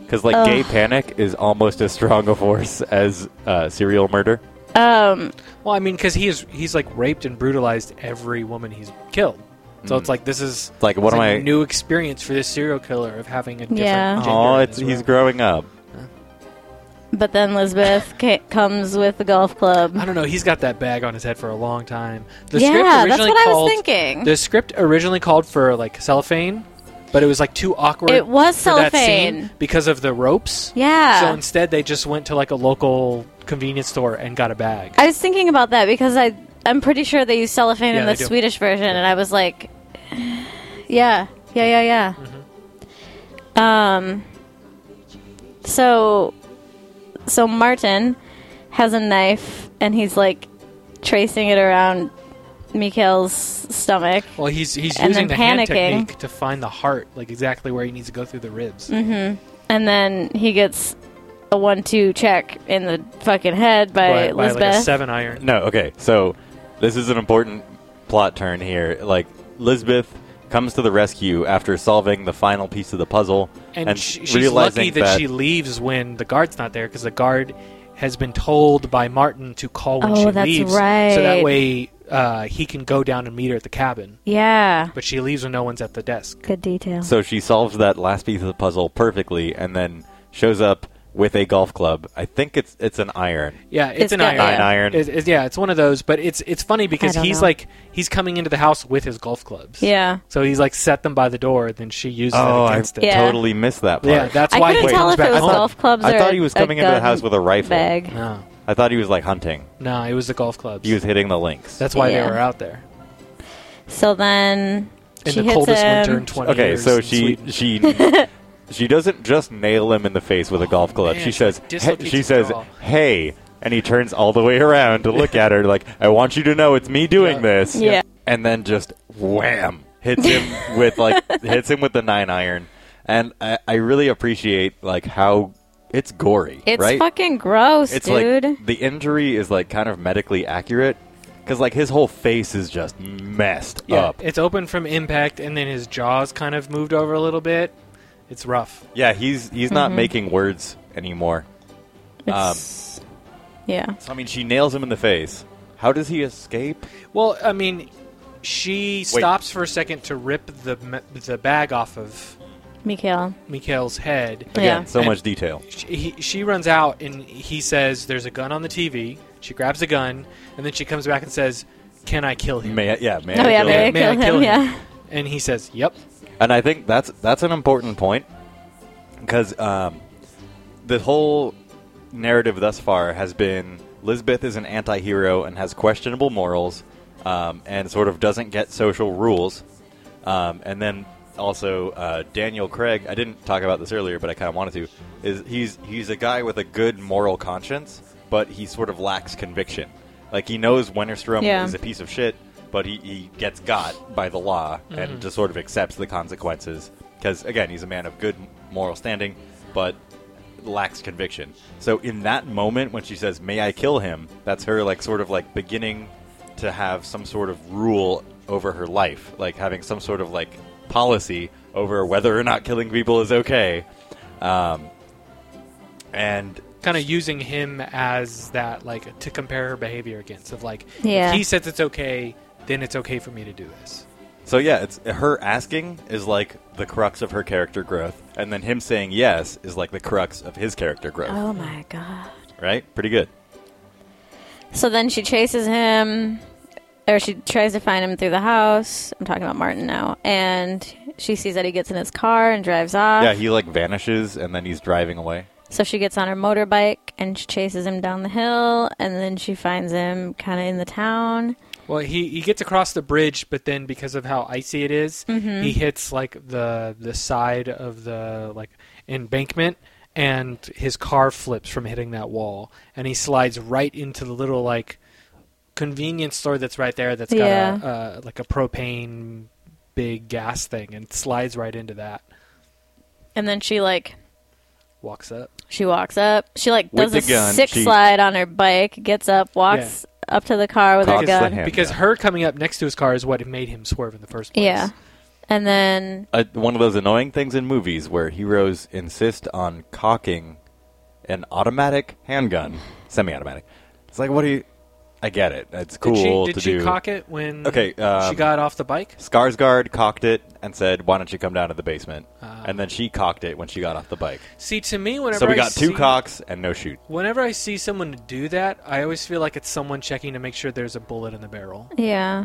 because like gay panic is almost as strong a force as uh, serial murder.
um
Well, I mean, because he is he's like raped and brutalized every woman he's killed. So it's like this is
It's like, Mm. what
it's
am
like
I-
a new experience for this serial killer of having a different.
Yeah.
gender
Oh,
in
it's
his
he's
room.
growing up.
but then Elizabeth ca- comes with the golf club
I don't know. He's got that bag on his head for a long time. The
yeah,
script
that's
originally
what I
called,
was thinking.
The script originally called for like cellophane, but it was like too awkward.
It was
for that scene
cellophane.
because of the ropes.
Yeah.
So instead, they just went to like a local convenience store and got a bag.
I was thinking about that because I I'm pretty sure they use cellophane
Yeah,
in
they
the
do.
Swedish version, and I was like, *sighs* yeah, yeah, yeah, yeah.
Mm-hmm.
Um. So, so Martin has a knife, and he's like tracing it around Mikhail's stomach.
Well, he's he's
And
using the
then
hand
panicking.
technique to find the heart, like exactly where he needs to go through the ribs.
Mm-hmm. and then he gets a one-two check in the fucking head by,
by, by
Lisbeth.
like a seven iron.
No, okay. So this is an important plot turn here. Like Lisbeth comes to the rescue after solving the final piece of the puzzle
And, sh- she's
realizing
lucky that, she leaves when the guard's not there because the guard has been told by Martin to call when
Oh,
she
that's
leaves, so that
right.
way uh, he can go down and meet her at the cabin.
yeah,
But she leaves when no one's at the desk.
good detail.
So she solves that last piece of the puzzle perfectly, and then shows up with a golf club. I think it's it's an iron.
Yeah, it's,
It's
an
got-
iron.
Nine
iron.
It- it- yeah, it's one of those. But it's it's funny because
I don't
he's
know.
like he's coming into the house with his golf clubs.
yeah.
So he's like set them by the door, and then she uses
Oh,
it
I
against him.
Yeah.
totally missed that part.
Yeah, that's
I
why
couldn't
he
Wait,
tell
comes
if
back
it was
home.
golf clubs.
I
or
thought
a-
he was
a
coming into the
gun
house with a rifle.
bag.
No,
I thought he was like hunting.
no, it was the golf clubs.
He was hitting the links.
That's why
Yeah.
they were out there
So then
in
she
the
hits
coldest
him.
winter in twenty
okay,
years.
so
in
she
Sweden.
she
*laughs*
she doesn't just nail him in the face with a golf club.
man,
she
she
says "Hey,"
dislocates
she
his
says
jaw.
hey, and he turns all the way around to look at her like I want you to know it's me doing
Yeah.
this.
Yeah.
and then just wham hits
*laughs*
him with like hits him with the nine iron, and I, I really appreciate like how it's gory.
It's
right?
fucking gross,
it's
dude.
like um, the injury is like kind of medically accurate because like his whole face is just messed
Yeah,
up.
it's open from impact, and then his jaws kind of moved over a little bit. It's rough.
Yeah, he's he's not
Mm-hmm.
making words anymore.
It's- yeah.
So, I mean, she nails him in the face. How does he escape?
Well, I mean, she stops for a second to rip the ma- the bag off of
Mikhail.
Mikhail's head.
Yeah.
So
And-
much detail.
She, he, she runs out, and he says, "There's a gun on the TV." She grabs a gun, and then she comes back and says, "Can I kill him?"
May I, yeah, may
oh
I
yeah,
kill
may
him?
I
May I
kill,
kill
him?
him?
Yeah.
And he says, "Yep."
And I think that's that's an important point because um, the whole narrative thus far has been Lisbeth is an anti-hero and has questionable morals um, and sort of doesn't get social rules. Um, and then also uh, Daniel Craig, I didn't talk about this earlier, but I kind of wanted to. Is he's he's a guy with a good moral conscience, but he sort of lacks conviction. Like he knows Wennerstrom
Yeah.
is a piece of shit, but he, he gets got by the law and just sort of accepts the consequences. Because again, he's a man of good moral standing, but lacks conviction. So in that moment when she says, "May I kill him?" that's her like sort of like beginning to have some sort of rule over her life, like having some sort of like policy over whether or not killing people is okay. Um, and
Kind of using him as that, like, to compare her behavior against. Of like,
Yeah.
if he says it's okay, then it's okay for me to do this.
so yeah, it's her asking is like the crux of her character growth, and then him saying yes is like the crux of his character growth.
Oh my god.
Right? Pretty good.
So then she chases him, or she tries to find him through the house. I'm talking about Martin now. And she sees that he gets in his car and drives off.
Yeah, he like vanishes and then he's driving away.
So she gets on her motorbike and she chases him down the hill, and then she finds him kind of in the town.
Well, he, he gets across the bridge, but then because of how icy it is,
Mm-hmm.
he hits like the the side of the like embankment, and his car flips from hitting that wall, and he slides right into the little like convenience store that's right there that's got
Yeah.
a, uh, like a propane big gas thing, and slides right into that.
And then she like
Walks up.
she walks up. She like
With
does
the
a
gun,
sick
she-
slide on her bike, gets up, walks up to the car with her
Cocks the
gun.
hand.
because her coming up next to his car is what made him swerve in the first place.
Yeah. And then
uh, one of those annoying things in movies where heroes insist on cocking an automatic handgun, semi-automatic. It's like, what do you? I get it. It's cool to
Did she, did she
do.
cock it when
Okay, um,
she got off the bike?
Skarsgård cocked it and said, "Why don't you come down to the basement?"
Ah.
and then she cocked it when she got off the bike.
See, to me, whenever
So we
I
got two
see-
cocks and no shoot.
Whenever I see someone do that, I always feel like it's someone checking to make sure there's a bullet in the barrel.
yeah,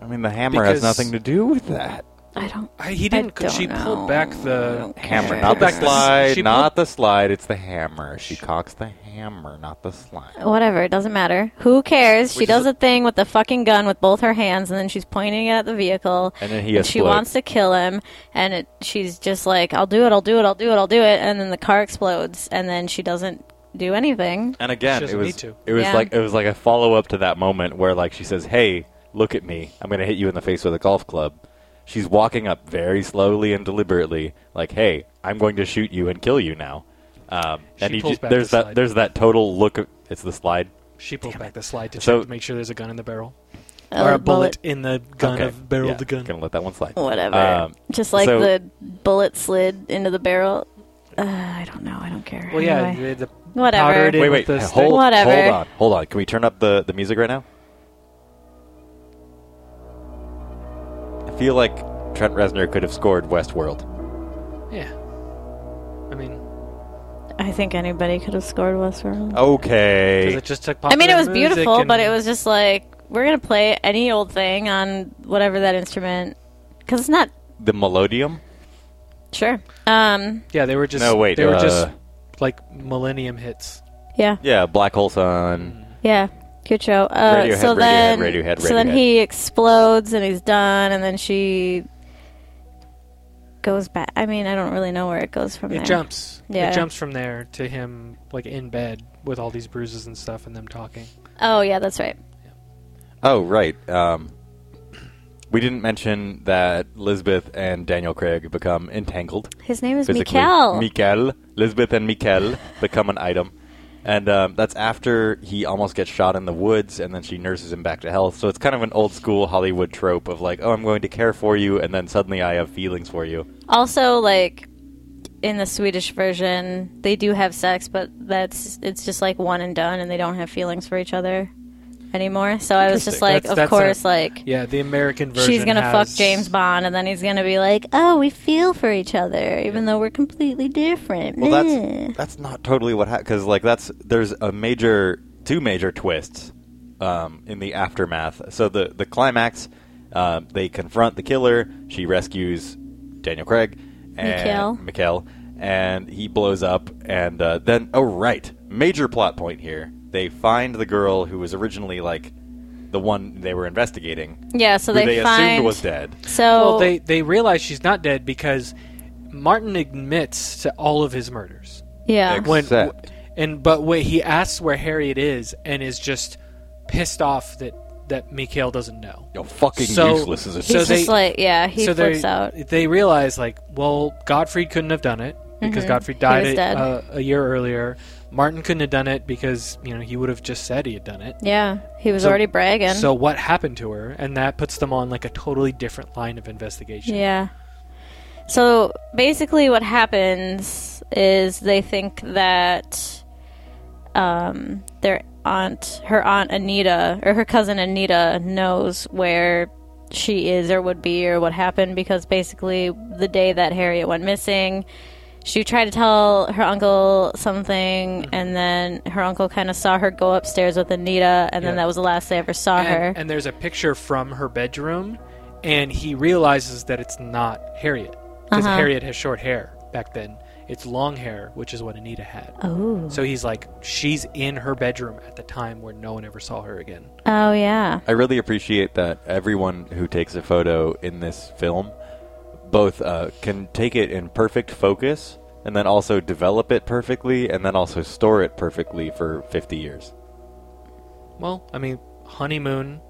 I mean, the hammer
Because-
has nothing to do with that.
I don't.
I, he
I
didn't. 'cause she
don't know.
pulled back
I
the
don't
Hammer,
care.
not the
back the-
slide.
she pulled-
not the slide. It's the hammer. She cocks the hammer, not the slide.
Whatever, it doesn't matter. Who cares? she
Which is
does
a-
a thing with the fucking gun with both her hands, and then she's pointing it at the vehicle.
And then he
she
explodes.
wants to kill him, and it, she's just like, "I'll do it, I'll do it, I'll do it, I'll do it," and then the car explodes, and then she doesn't do anything.
And again,
She
it
doesn't
was
need to.
it was
Yeah.
like it was like a follow up to that moment where like she says, "Hey, look at me. I'm going to hit you in the face with a golf club." She's walking up very slowly and deliberately, like, "Hey, I'm going to shoot you and kill you now." Um,
She
and he
pulls
ju-
back
there's
the
that
slide.
there's that total look. Of, it's the slide.
she pulled back the slide to
So-
check to make sure there's a gun in the barrel
Oh,
or a bullet, in the gun
Okay.
of barrel
Yeah,
of the gun.
Gonna let that one slide.
whatever.
Um,
just like
so-
the bullet slid into the barrel. Uh, I don't know. I don't care.
Well, yeah,
Anyway.
the
Whatever.
powder it in
Wait, wait,
with the stick.
hold,
Whatever.
hold on, hold on. Can we turn up the the music right now? I feel like Trent Reznor could have scored Westworld.
Yeah, I mean,
I think anybody could have scored Westworld.
Okay.
'cause it just took.
I mean, it
popular
was
Uh, music
beautiful,
and-
but it was just like we're gonna play any old thing on whatever that instrument, because it's not
the melodium.
sure. Um,
Yeah, they were just.
No, wait,
They were just
uh,
like Millennium hits.
yeah,
Yeah, Black Hole Sun.
yeah, good show. Uh,
Radiohead,
so
Radiohead,
then,
Radiohead,
so then
Radiohead.
he explodes and he's done, and then she goes back. I mean, I don't really know where it goes from
It
there.
jumps.
Yeah.
It jumps from there to him like in bed with all these bruises and stuff, and them talking.
Oh yeah, that's right.
Oh, right. Um, we didn't mention that Lisbeth and Daniel Craig become entangled
His name is
physically.
Mikel.
Mikel. Lisbeth and Mikel become an item. And um, that's after he almost gets shot in the woods, and then she nurses him back to health. So it's kind of an old school Hollywood trope of like, oh, I'm going to care for you, and then suddenly I have feelings for you.
also, like in the Swedish version, they do have sex, but that's it's just like one and done, and they don't have feelings for each other anymore. So I was just
Interesting.
like,
That's-
of
that's
course,
a-
like
Yeah, the American version.
she's gonna
has-
fuck James Bond, and then he's gonna be like, oh, we feel for each other, even though we're completely different.
Well,
Meh.
that's that's not totally what happened because like that's there's a major two major twists um, in the aftermath. So the the climax, uh, they confront the killer. She rescues Daniel Craig and
Mikhail.
Mikhail, and he blows up. And uh, then, oh right, major plot point here. They find the girl who was originally like the one they were investigating,
Yeah, so
who
they,
they
find
assumed was dead.
So
Well, they they realize she's not dead because Martin admits to all of his murders.
yeah,
Ex-
When
Except-
and but when he asks where Harriet is and is just pissed off that that Mikhail doesn't know.
You're fucking
So-
useless as a
so
he's
they-
just like yeah, he
so
flips
they
out.
they realize like, well, Gottfried couldn't have done it because Gottfried died
Mm-hmm. was
a,
dead.
uh, a year earlier. Martin couldn't have done it because you know he would have just said he had done it.
Yeah, he was
So-
already bragging.
So what happened to her? And that puts them on like a totally different line of investigation.
Yeah. So basically, what happens is they think that um, their aunt, her aunt Anita, or her cousin Anita, knows where she is or would be or what happened because basically the day that Harriet went missing, she tried to tell her uncle something, and then her uncle kind of saw her go upstairs with Anita, and then
Yeah.
that was the last they ever saw her.
and, and there's a picture from her bedroom, and he realizes that it's not Harriet because
Uh-huh.
Harriet has short hair back then. It's long hair, which is what Anita had.
oh,
So he's like, she's in her bedroom at the time where no one ever saw her again.
oh yeah,
I really appreciate that everyone who takes a photo in this film both uh, can take it in perfect focus and then also develop it perfectly and then also store it perfectly for 50 years.
Well, I mean, honeymoon,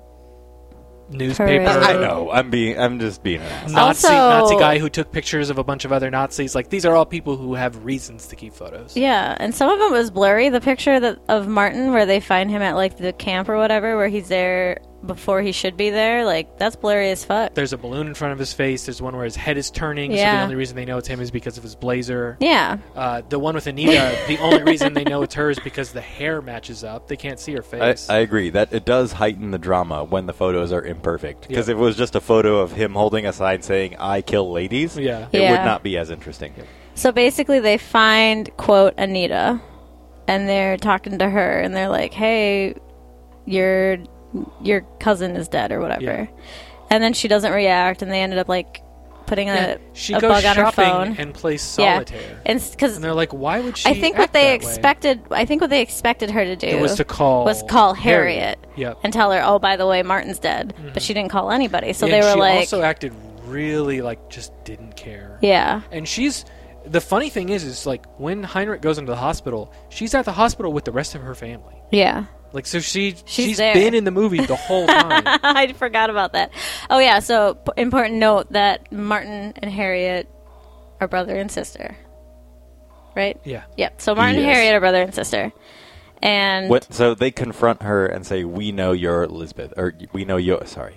newspaper.
Parade.
I know. I'm being I'm just being an ass.
Also-
Nazi, Nazi guy who took pictures of a bunch of other Nazis. Like these are all people who have reasons to keep photos.
Yeah, and some of it was blurry. The picture that, of Martin, where they find him at like the camp or whatever, where he's there before he should be there, like that's blurry as fuck.
There's a balloon in front of his face. There's one where his head is turning. So
Yeah.
the only reason they know it's him is because of his blazer.
Yeah,
Uh, the one
*laughs*
with Anita, the only reason they know it's her is because the hair matches up. They can't see her
I,
face.
I agree that it does heighten the drama when the photos are imperfect. Because
Yeah.
if it was just a photo of him holding a sign saying "I kill ladies,"
Yeah.
it
Yeah.
would not be as interesting.
So basically, they find, quote, Anita, and they're talking to her, and they're like, hey, your, your cousin is dead or whatever.
Yeah.
And then she doesn't react, and they ended up, like, putting a,
she
a
goes
bug on her
shopping
phone.
and plays
Yeah.
solitaire.
And because
And they're like, why would she?
I think
act
what they
that
expected, I think what they expected her to do
way? It was to call
was call Harriet,
Yep. Mm-hmm.
and tell her, "Oh, by the way, Martin's dead," but she didn't call anybody. So
And
they were
she
like,
also acted really like just didn't care.
"Yeah,
And she's the funny thing is, is like when Heinrich goes into the hospital, she's at the hospital with the rest of her family.
yeah."
Like so, she
She's
she's
there.
been in the movie the whole time.
*laughs* I forgot about that. Oh yeah. So p- important note that Martin and Harriet are brother and sister, right?
yeah.
Yep. So Martin and
Yes.
Harriet are brother and sister, and
What? So they confront her and say, "We know you're Elizabeth, or we know you. Sorry,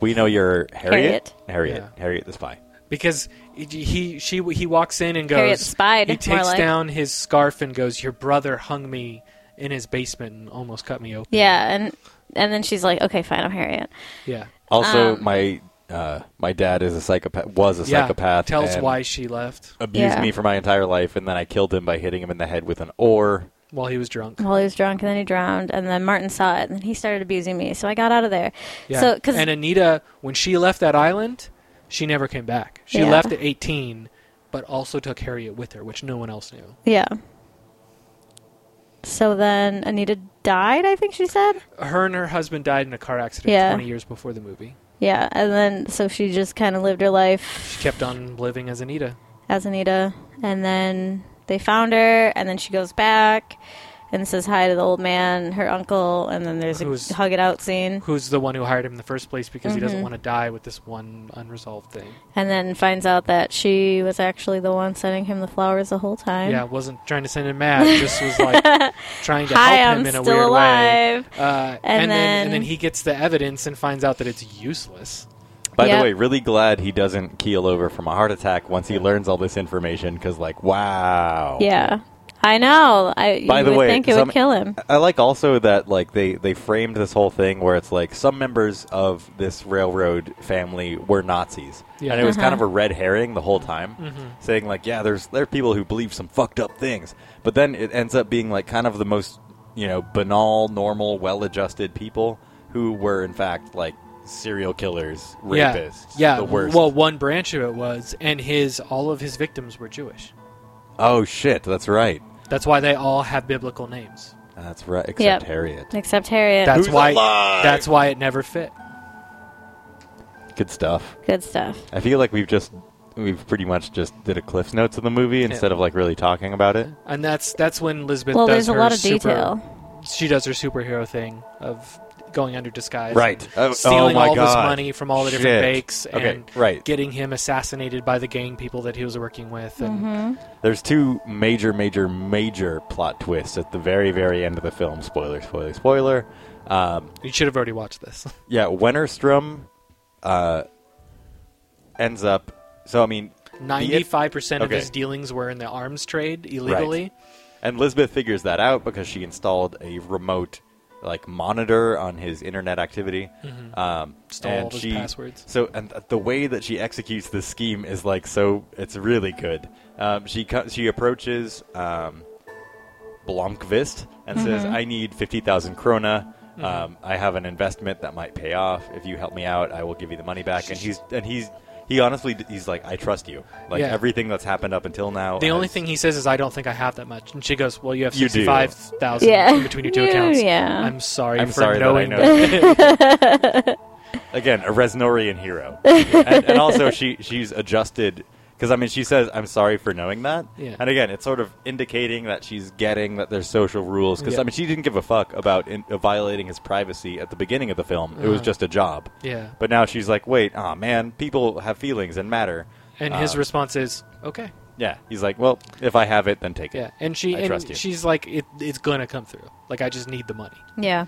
we know you're Harriet. Harriet, Harriet,
Yeah.
the spy.
because he she he walks in and goes
Harriet spied,
he
more
takes
like.
down his scarf and goes your brother hung me in his basement and almost cut me open
yeah, and and then she's like, "Okay, fine, I'm Harriet."
yeah
Also,
Um,
my uh, my dad is a psychopath. Was a
yeah
psychopath.
tells
and
why she left
abused
Yeah.
me for my entire life, and then I killed him by hitting him in the head with an oar.
while he was drunk
Well, he was drunk, and then he drowned, and then Martin saw it, and then he started abusing me. So I got out of there.
yeah
So because
and Anita when she left that island she never came back she
Yeah.
left at 18 but also took Harriet with her which no one else knew
Yeah. So then Anita died, I think she said.
her and her husband died in a car accident
Yeah.
20 years before the movie
Yeah, and then so she just kind of lived her life
she kept on living as Anita
as Anita, and then they found her, and then she goes back and says hi to the old man, her uncle, and then there's a
Who's-
hug it out scene,
who's the one who hired him in the first place because he
Mm-hmm.
doesn't want to die with this one unresolved thing
and then finds out that she was actually the one sending him the flowers the whole time.
Yeah, wasn't trying to send him mad. Just
*laughs*
was like trying to
Hi,
help him
I'm
in a
still
weird
alive.
way. Uh, and, then,
then-
and then he gets the evidence and finds out that it's useless.
By
Yeah.
the way, really glad he doesn't keel over from a heart attack once he learns all this information. Because, like, wow.
Yeah. I know. I
By
you
the
would
way,
think it
some-
would kill him.
I like also that like they they framed this whole thing where it's like some members of this railroad family were Nazis,
Yeah. Mm-hmm.
and it was kind of a red herring the whole time, saying like yeah, there's there are people who believe some fucked up things, but then it ends up being like kind of the most you know, banal, normal, well-adjusted people who were in fact like serial killers, rapists,
yeah, yeah.
the worst.
Well, one branch of it was, and his all of his victims were Jewish.
oh shit, that's right.
That's why they all have biblical names.
That's right. Except
Yep.
Harriet.
Except Harriet.
That's
Who's
why.
alive?
That's why it never fit.
Good stuff.
Good stuff.
I feel like we've just we've pretty much just did a cliff's notes of the movie instead of like really talking about it.
And that's that's when Lisbeth.
well,
does
there's a
her
lot of
super-
detail.
She does her superhero thing of going under disguise,
Right.
and
Oh- oh
stealing
my
all of his
God.
money from all the
Shit.
different banks, and
Okay, right.
getting him assassinated by the gang people that he was working with, and
Mm-hmm.
There's two major, major, major plot twists at the very, very end of the film. Spoiler, spoiler, spoiler. Um,
you should have already watched this. *laughs*
yeah, Wennerstrom uh, ends up. So I mean,
Ninety-five percent of
Okay.
his dealings were in the arms trade illegally.
and Lisbeth figures that out because she installed a remote like monitor on his internet activity. Um,
Mm-hmm. Stole
and
all his
she-
passwords.
So and th- the way that she executes this scheme is like so. It's really good. Um, she co- she approaches um, Blomqvist and says, "I need fifty thousand krona."
Mm-hmm.
Um, I have an investment that might pay off. If you help me out, I will give you the money back. And he's and he's he honestly d- he's like, I trust you. Like
Yeah.
everything that's happened up until now.
The only
has-
thing he says is, "I don't think I have that much," and she goes, "Well, you have
You do.
sixty-five thousand
*laughs* Yeah.
in between your two
You-
accounts."
yeah.
I'm sorry
I'm
for
sorry that I
knowing
know
*laughs*
again a Resnorian hero, and, and also she she's adjusted because I mean she says I'm sorry for knowing that,
Yeah.
and again it's sort of indicating that she's getting that there's social rules because
Yeah.
I mean she didn't give a fuck about in, uh, violating his privacy at the beginning of the film. It was
Uh-huh.
just a job,
Yeah,
but now she's like, wait, oh man, people have feelings and matter.
and his
Um,
response is, "Okay,
yeah, he's like, well, if I have it, then take
yeah."
it.
And she,
I
and
trust you.
she's like, it, "It's gonna come through. Like, I just need the money."
Yeah.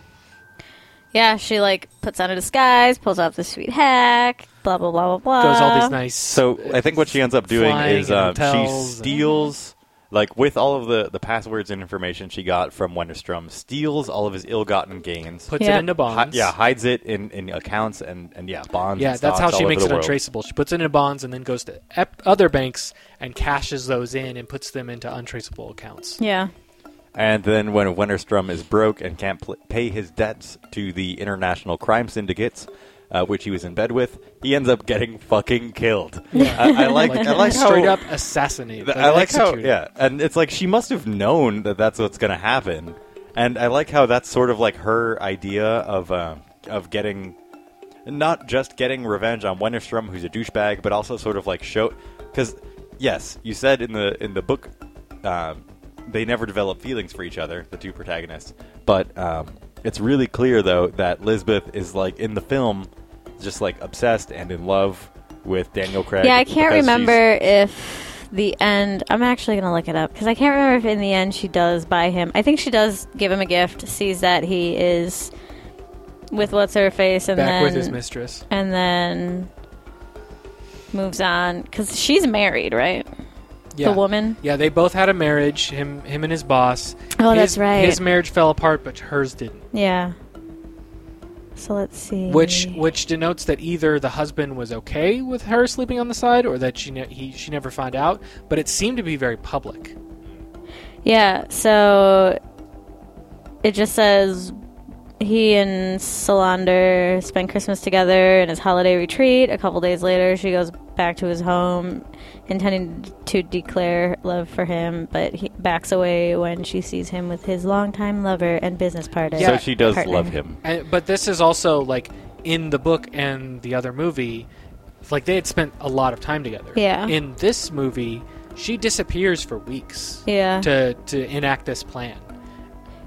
Yeah, she like puts on a disguise, pulls off the sweet hack, blah blah blah blah blah.
Goes all these nice.
So I think what she ends up doing
Flying
is
and
um, she
hotels and-
steals, like with all of the, the passwords and information she got from Wenderstrom, steals all of his ill-gotten gains.
puts
Yeah.
it into
hi-
bonds.
yeah, hides it in, in accounts and, and yeah, bonds.
Yeah,
and
that's how
stocks
she
all
makes
over
it
the world.
untraceable. She puts it into bonds and then goes to ep- other banks and cashes those in and puts them into untraceable accounts.
Yeah.
And then when Wennerstrom is broke and can't pl- pay his debts to the international crime syndicates, uh, which he was in bed with, he ends up getting fucking killed. I, I
*laughs*
like, I like how-
straight up assassinated.
Th- I like
executed.
how yeah, and it's like she must have known that that's what's going to happen, and I like how that's sort of like her idea of uh, of getting not just getting revenge on Wennerstrom, who's a douchebag, but also sort of like show because yes, you said in the in the book um, they never develop feelings for each other, the two protagonists, but um, it's really clear though that Lisbeth is like in the film just like obsessed and in love with Daniel Craig.
Yeah, I can't
because she's-
remember if the end. I'm actually gonna look it up because I can't remember if in the end she does buy him. I think she does give him a gift, sees that he is with what's her face, and
Back
then
with his mistress.
and then moves on because she's married, right?
Yeah.
The woman.
Yeah, they both had a marriage. Him, him and his boss.
Oh,
his,
that's right.
His marriage fell apart, but hers didn't,
Yeah. So let's see.
which which denotes that either the husband was okay with her sleeping on the side, or that she ne- he she never found out. But it seemed to be very public.
Yeah, so it just says he and Solander spent Christmas together in his holiday retreat. A couple days later, she goes back to his home, intending to declare love for him, but he backs away when she sees him with his longtime lover and business partner.
So
Yeah.
she does
partner.
love him.
And, but this is also like in the book and the other movie, like they had spent a lot of time together.
Yeah.
In this movie, she disappears for weeks
Yeah.
to to enact this plan.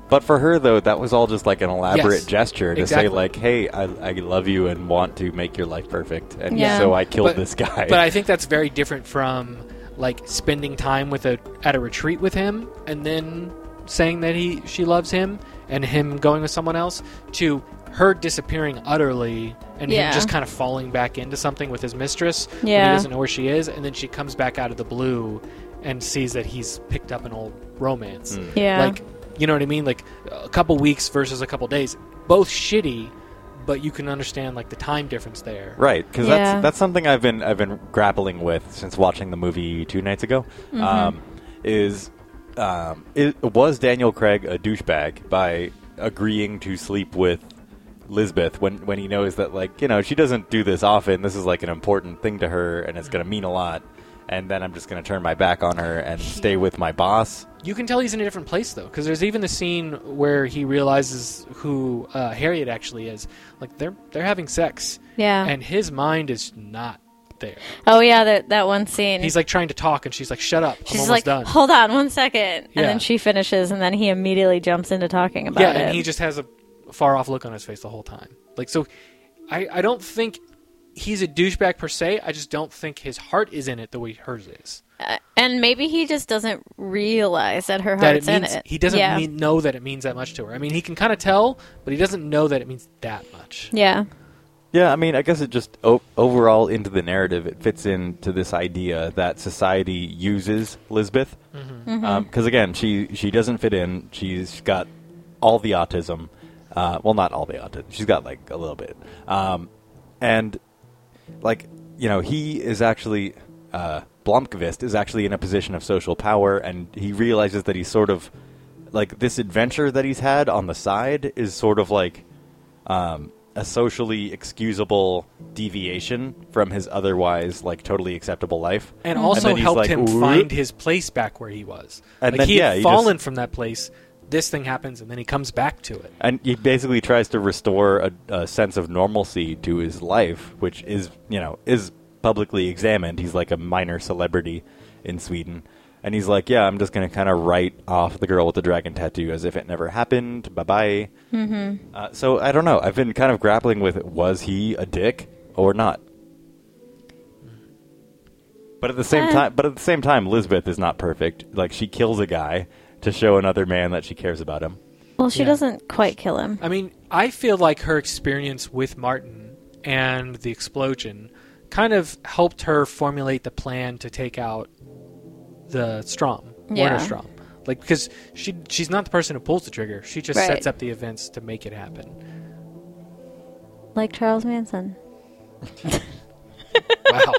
But for her, though, that was all just like an elaborate
Yes,
gesture to
exactly.
say, like, "Hey, I, I love you and want to make your life perfect," and
Yeah.
so I killed
But-
this guy.
But I think that's very different from like spending time with a at a retreat with him and then saying that he she loves him and him going with someone else to her disappearing utterly and
Yeah.
him just kind of falling back into something with his mistress when he
Yeah.
doesn't know where she is and then she comes back out of the blue and sees that he's picked up an old romance
Hmm.
Yeah.
like you know what i mean like a couple weeks versus a couple days both shitty but you can understand like the time difference there
right, because
Yeah.
that's that's something I've been I've been grappling with since watching the movie two nights ago. Um, is um, it, was Daniel Craig a douchebag by agreeing to sleep with Lisbeth when when he knows that like you know she doesn't do this often. This is like an important thing to her, and it's going to mean a lot. And then I'm just going to turn my back on her and stay with my boss.
You can tell he's in a different place though, because there's even the scene where he realizes who uh, Harriet actually is. Like they're they're having sex,
Yeah.
and his mind is not there.
oh yeah, that that one scene.
He's like trying to talk, and she's like, "Shut up! I'm
She's
almost
like,
done."
hold on one second, and
Yeah.
then she finishes, and then he immediately jumps into talking about
yeah,
it.
and he just has a far off look on his face the whole time. Like so, I I don't think he's a douchebag per se. I just don't think his heart is in it the way hers is.
Uh, and maybe he just doesn't realize that her
That
heart's
it means
in it.
he doesn't
yeah.
mean, know that it means that much to her. I mean, he can kind of tell, but he doesn't know that it means that much.
Yeah,
Yeah, I mean, I guess it just o- overall into the narrative, it fits into this idea that society uses Lisbeth. Because again, she she doesn't fit in. She's got all the autism. Uh, well, not all the autism. She's got like a little bit. Um, and like you know, he is actually uh, Blomkvist is actually in a position of social power, and he realizes that he's sort of like this adventure that he's had on the side is sort of like um, a socially excusable deviation from his otherwise like totally acceptable life.
and also
Hmm. then he's
helped
like,
him
"Whoop."
find his place back where he was.
And
like
then,
he
yeah,
had
he just-
fallen from that place. This thing happens, and then he comes back to it.
and he basically tries to restore a, a sense of normalcy to his life, which is you know is publicly examined. He's like a minor celebrity in Sweden, and he's like, yeah, I'm just gonna kind of write off the girl with the dragon tattoo as if it never happened. Bye bye. Mm-hmm. Uh, so I don't know. I've been kind of grappling with was he a dick or not. But at the same
Uh.
time, but at the same time, Lisbeth is not perfect. Like she kills a guy to show another man that she cares about him.
well, she
Yeah.
doesn't quite kill him.
I mean, I feel like her experience with Martin and the explosion kind of helped her formulate the plan to take out the Strom,
Yeah.
Werner Strom. Like because she she's not the person who pulls the trigger. She just
Right.
sets up the events to make it happen.
Like Charles Manson. *laughs*
Wow.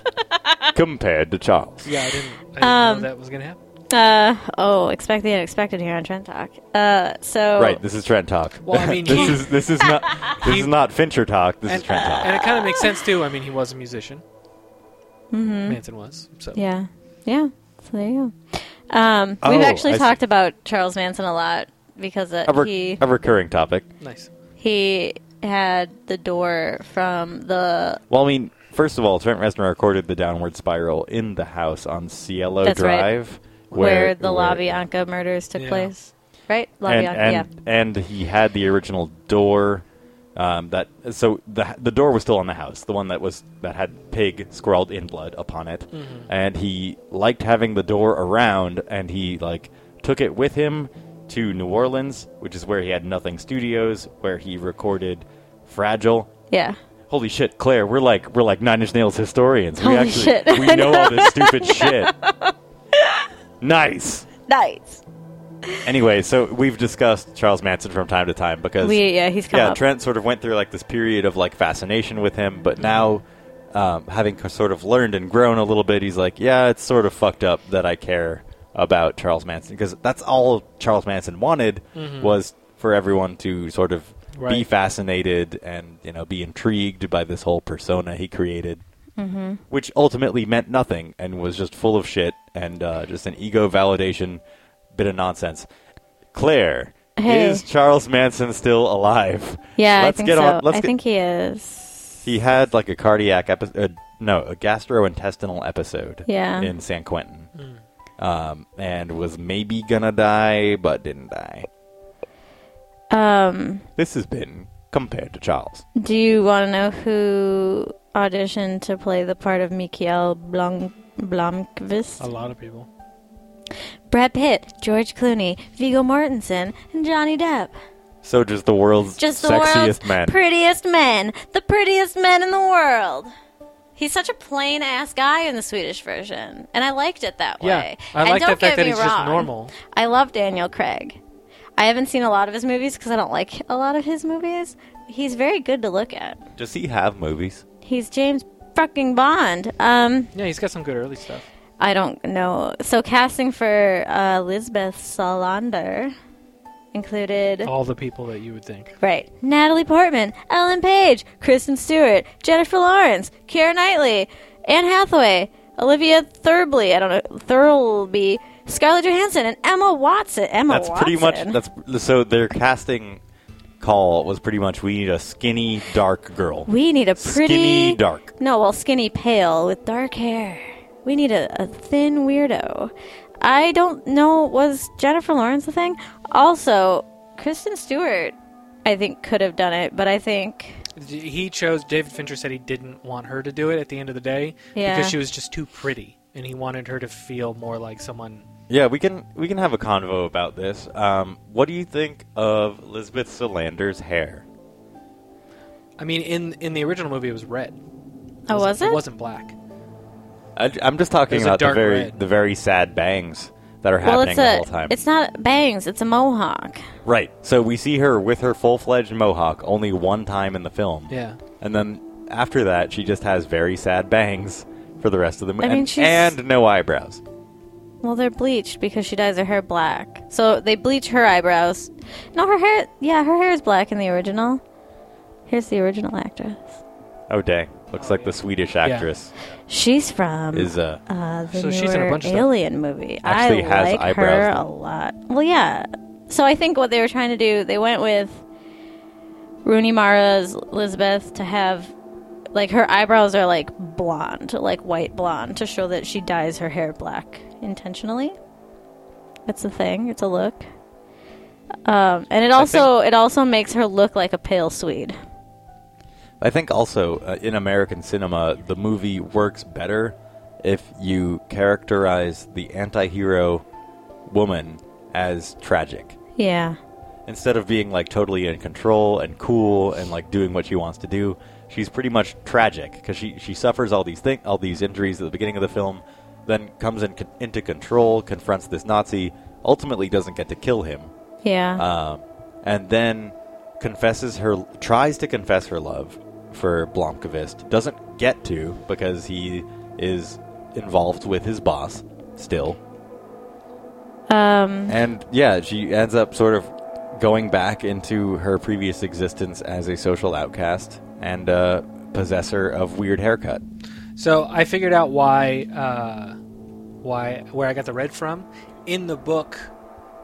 compared to Charles.
yeah, I didn't, I didn't
Um,
know that was gonna happen.
Uh oh, expect the unexpected here on Trend Talk. Uh, so
Right, this is Trent talk.
Oh. Well, I
*laughs*
mean,
this
he-
is this is not this is not Fincher talk. This
and,
is
uh,
uh,
Trent talk.
and it kind of makes sense too. I mean, he was a musician. Manson was. So
Mm-hmm. yeah, yeah. So there you go. Um,
Oh,
we've actually
I see.
talked about Charles Manson a lot because uh,
A, re-
he
a recurring topic.
nice.
he had the door from the
Well, I mean, first of all, Trent Reznor recorded the Downward Spiral in the house on Cielo
That's right.
Drive,
where, the Labianca murders took
Yeah.
place. Right,
and
Labianca. yeah.
and, and he had the original door. Um, that so the the door was still on the house, the one that was that had pig scrawled in blood upon it,
Mm-hmm.
and he liked having the door around, and he like took it with him to New Orleans, which is where he had Nothing Studios, where he recorded Fragile.
Yeah.
Holy shit, Claire, we're like we're like Nine Inch Nails historians.
Holy
we actually
shit. *laughs*
we know all this stupid shit. Nice.
Nice.
Anyway, so we've discussed Charles Manson from time to time because
We yeah, he's come
yeah,
up.
Trent sort of went through like this period of like fascination with him, but now um, having c- sort of learned and grown a little bit, he's like, yeah, it's sort of fucked up that I care about Charles Manson because that's all Charles Manson wanted
Mm-hmm.
was for everyone to sort of be
Right.
fascinated and you know be intrigued by this whole persona he created. Which ultimately meant nothing and was just full of shit and uh, just an ego validation bit of nonsense. Claire,
Hey.
is Charles Manson still alive?
yeah,
let's
I think
get
so.
on. Let's
I
get,
think he is.
he had like a cardiac episode. Uh, no, a gastrointestinal episode.
Yeah.
in San Quentin, um, and was maybe gonna die, but didn't die.
Um,
This has been compared to Charles.
do you want to know who auditioned to play the part of Mikael Blom- Blomkvist?
A lot of people.
Brad Pitt, George Clooney, Vigo Mortensen, and Johnny Depp.
So just the world's
Just the
sexiest
world's
man.
prettiest men. The prettiest men in the world. He's such a plain ass guy in the Swedish version, and I liked it that
Yeah,
way.
I
and
like
don't
the
get
fact that
me
he's
wrong,
just normal.
I love Daniel Craig. I haven't seen a lot of his movies because I don't like a lot of his movies. He's very good to look at.
Does he have movies?
He's James fucking Bond. Um,
Yeah, he's got some good early stuff.
I don't know. So casting for uh, Lisbeth Salander included
Oh.
All the people that you would think.
right Natalie Portman, Ellen Page, Kristen Stewart, Jennifer Lawrence, Keira Knightley, Anne Hathaway, Olivia Thirlby. I don't know Thirlby, Scarlett Johansson, and Emma Watson.
*laughs*
Emma
That's pretty much
Watson.
that's so their casting call was pretty much we need a skinny dark girl.
we need a pretty
Skinny dark.
No, well, skinny pale with dark hair. We need a, a thin weirdo. I don't know. Was Jennifer Lawrence the thing? Also, Kristen Stewart, I think, could have done it, but I think.
He chose. David Fincher said he didn't want her to do it at the end of the day
Yeah.
because she was just too pretty, and he wanted her to feel more like someone.
Yeah, we can we can have a convo about this. Um, what do you think of Elizabeth Solander's hair?
I mean, in in the original movie, it was red.
Oh, was it?
It wasn't black.
I, am just talking
It was a
about the
dark
very
red.
the very sad bangs that are
Well,
happening
it's
the
a.
whole time.
It's not bangs. It's a mohawk.
Right. So we see her with her full fledged mohawk only one time in the film.
Yeah.
And then after that, she just has very sad bangs for the rest of the movie,
I mean,
and,
she's-
and no eyebrows.
Well, they're bleached because she dyes her hair black. So they bleach her eyebrows. No, her hair. Yeah, her hair is black in the original. Here's the original actress.
Oh dang! Looks like the Swedish actress
She's from.
is uh,
Uh, the
So
newer
she's in a bunch of stuff.
Alien movie.
Actually
I
has
like her
eyebrows,
a lot. Well, yeah. So I think what they were trying to do, they went with Rooney Mara's Elizabeth to have like her eyebrows are like blonde, like white blonde, to show that she dyes her hair black intentionally. It's a thing. It's a look. Um, and it also it also makes her look like a pale Swede.
I think also uh, in American cinema, the movie works better if you characterize the anti-hero woman as tragic
Yeah.
instead of being like totally in control and cool and like doing what she wants to do. She's pretty much tragic because she she suffers all these thing all these injuries at the beginning of the film, then comes in con- into control, confronts this Nazi, ultimately doesn't get to kill him,
Yeah.
um, and then confesses her tries to confess her love for Blomkvist. Doesn't get to because he is involved with his boss still. Uh,
um.
And yeah, she ends up sort of going back into her previous existence as a social outcast and uh, possessor of weird haircut.
So I figured out why uh, why where I got the red from. In the book,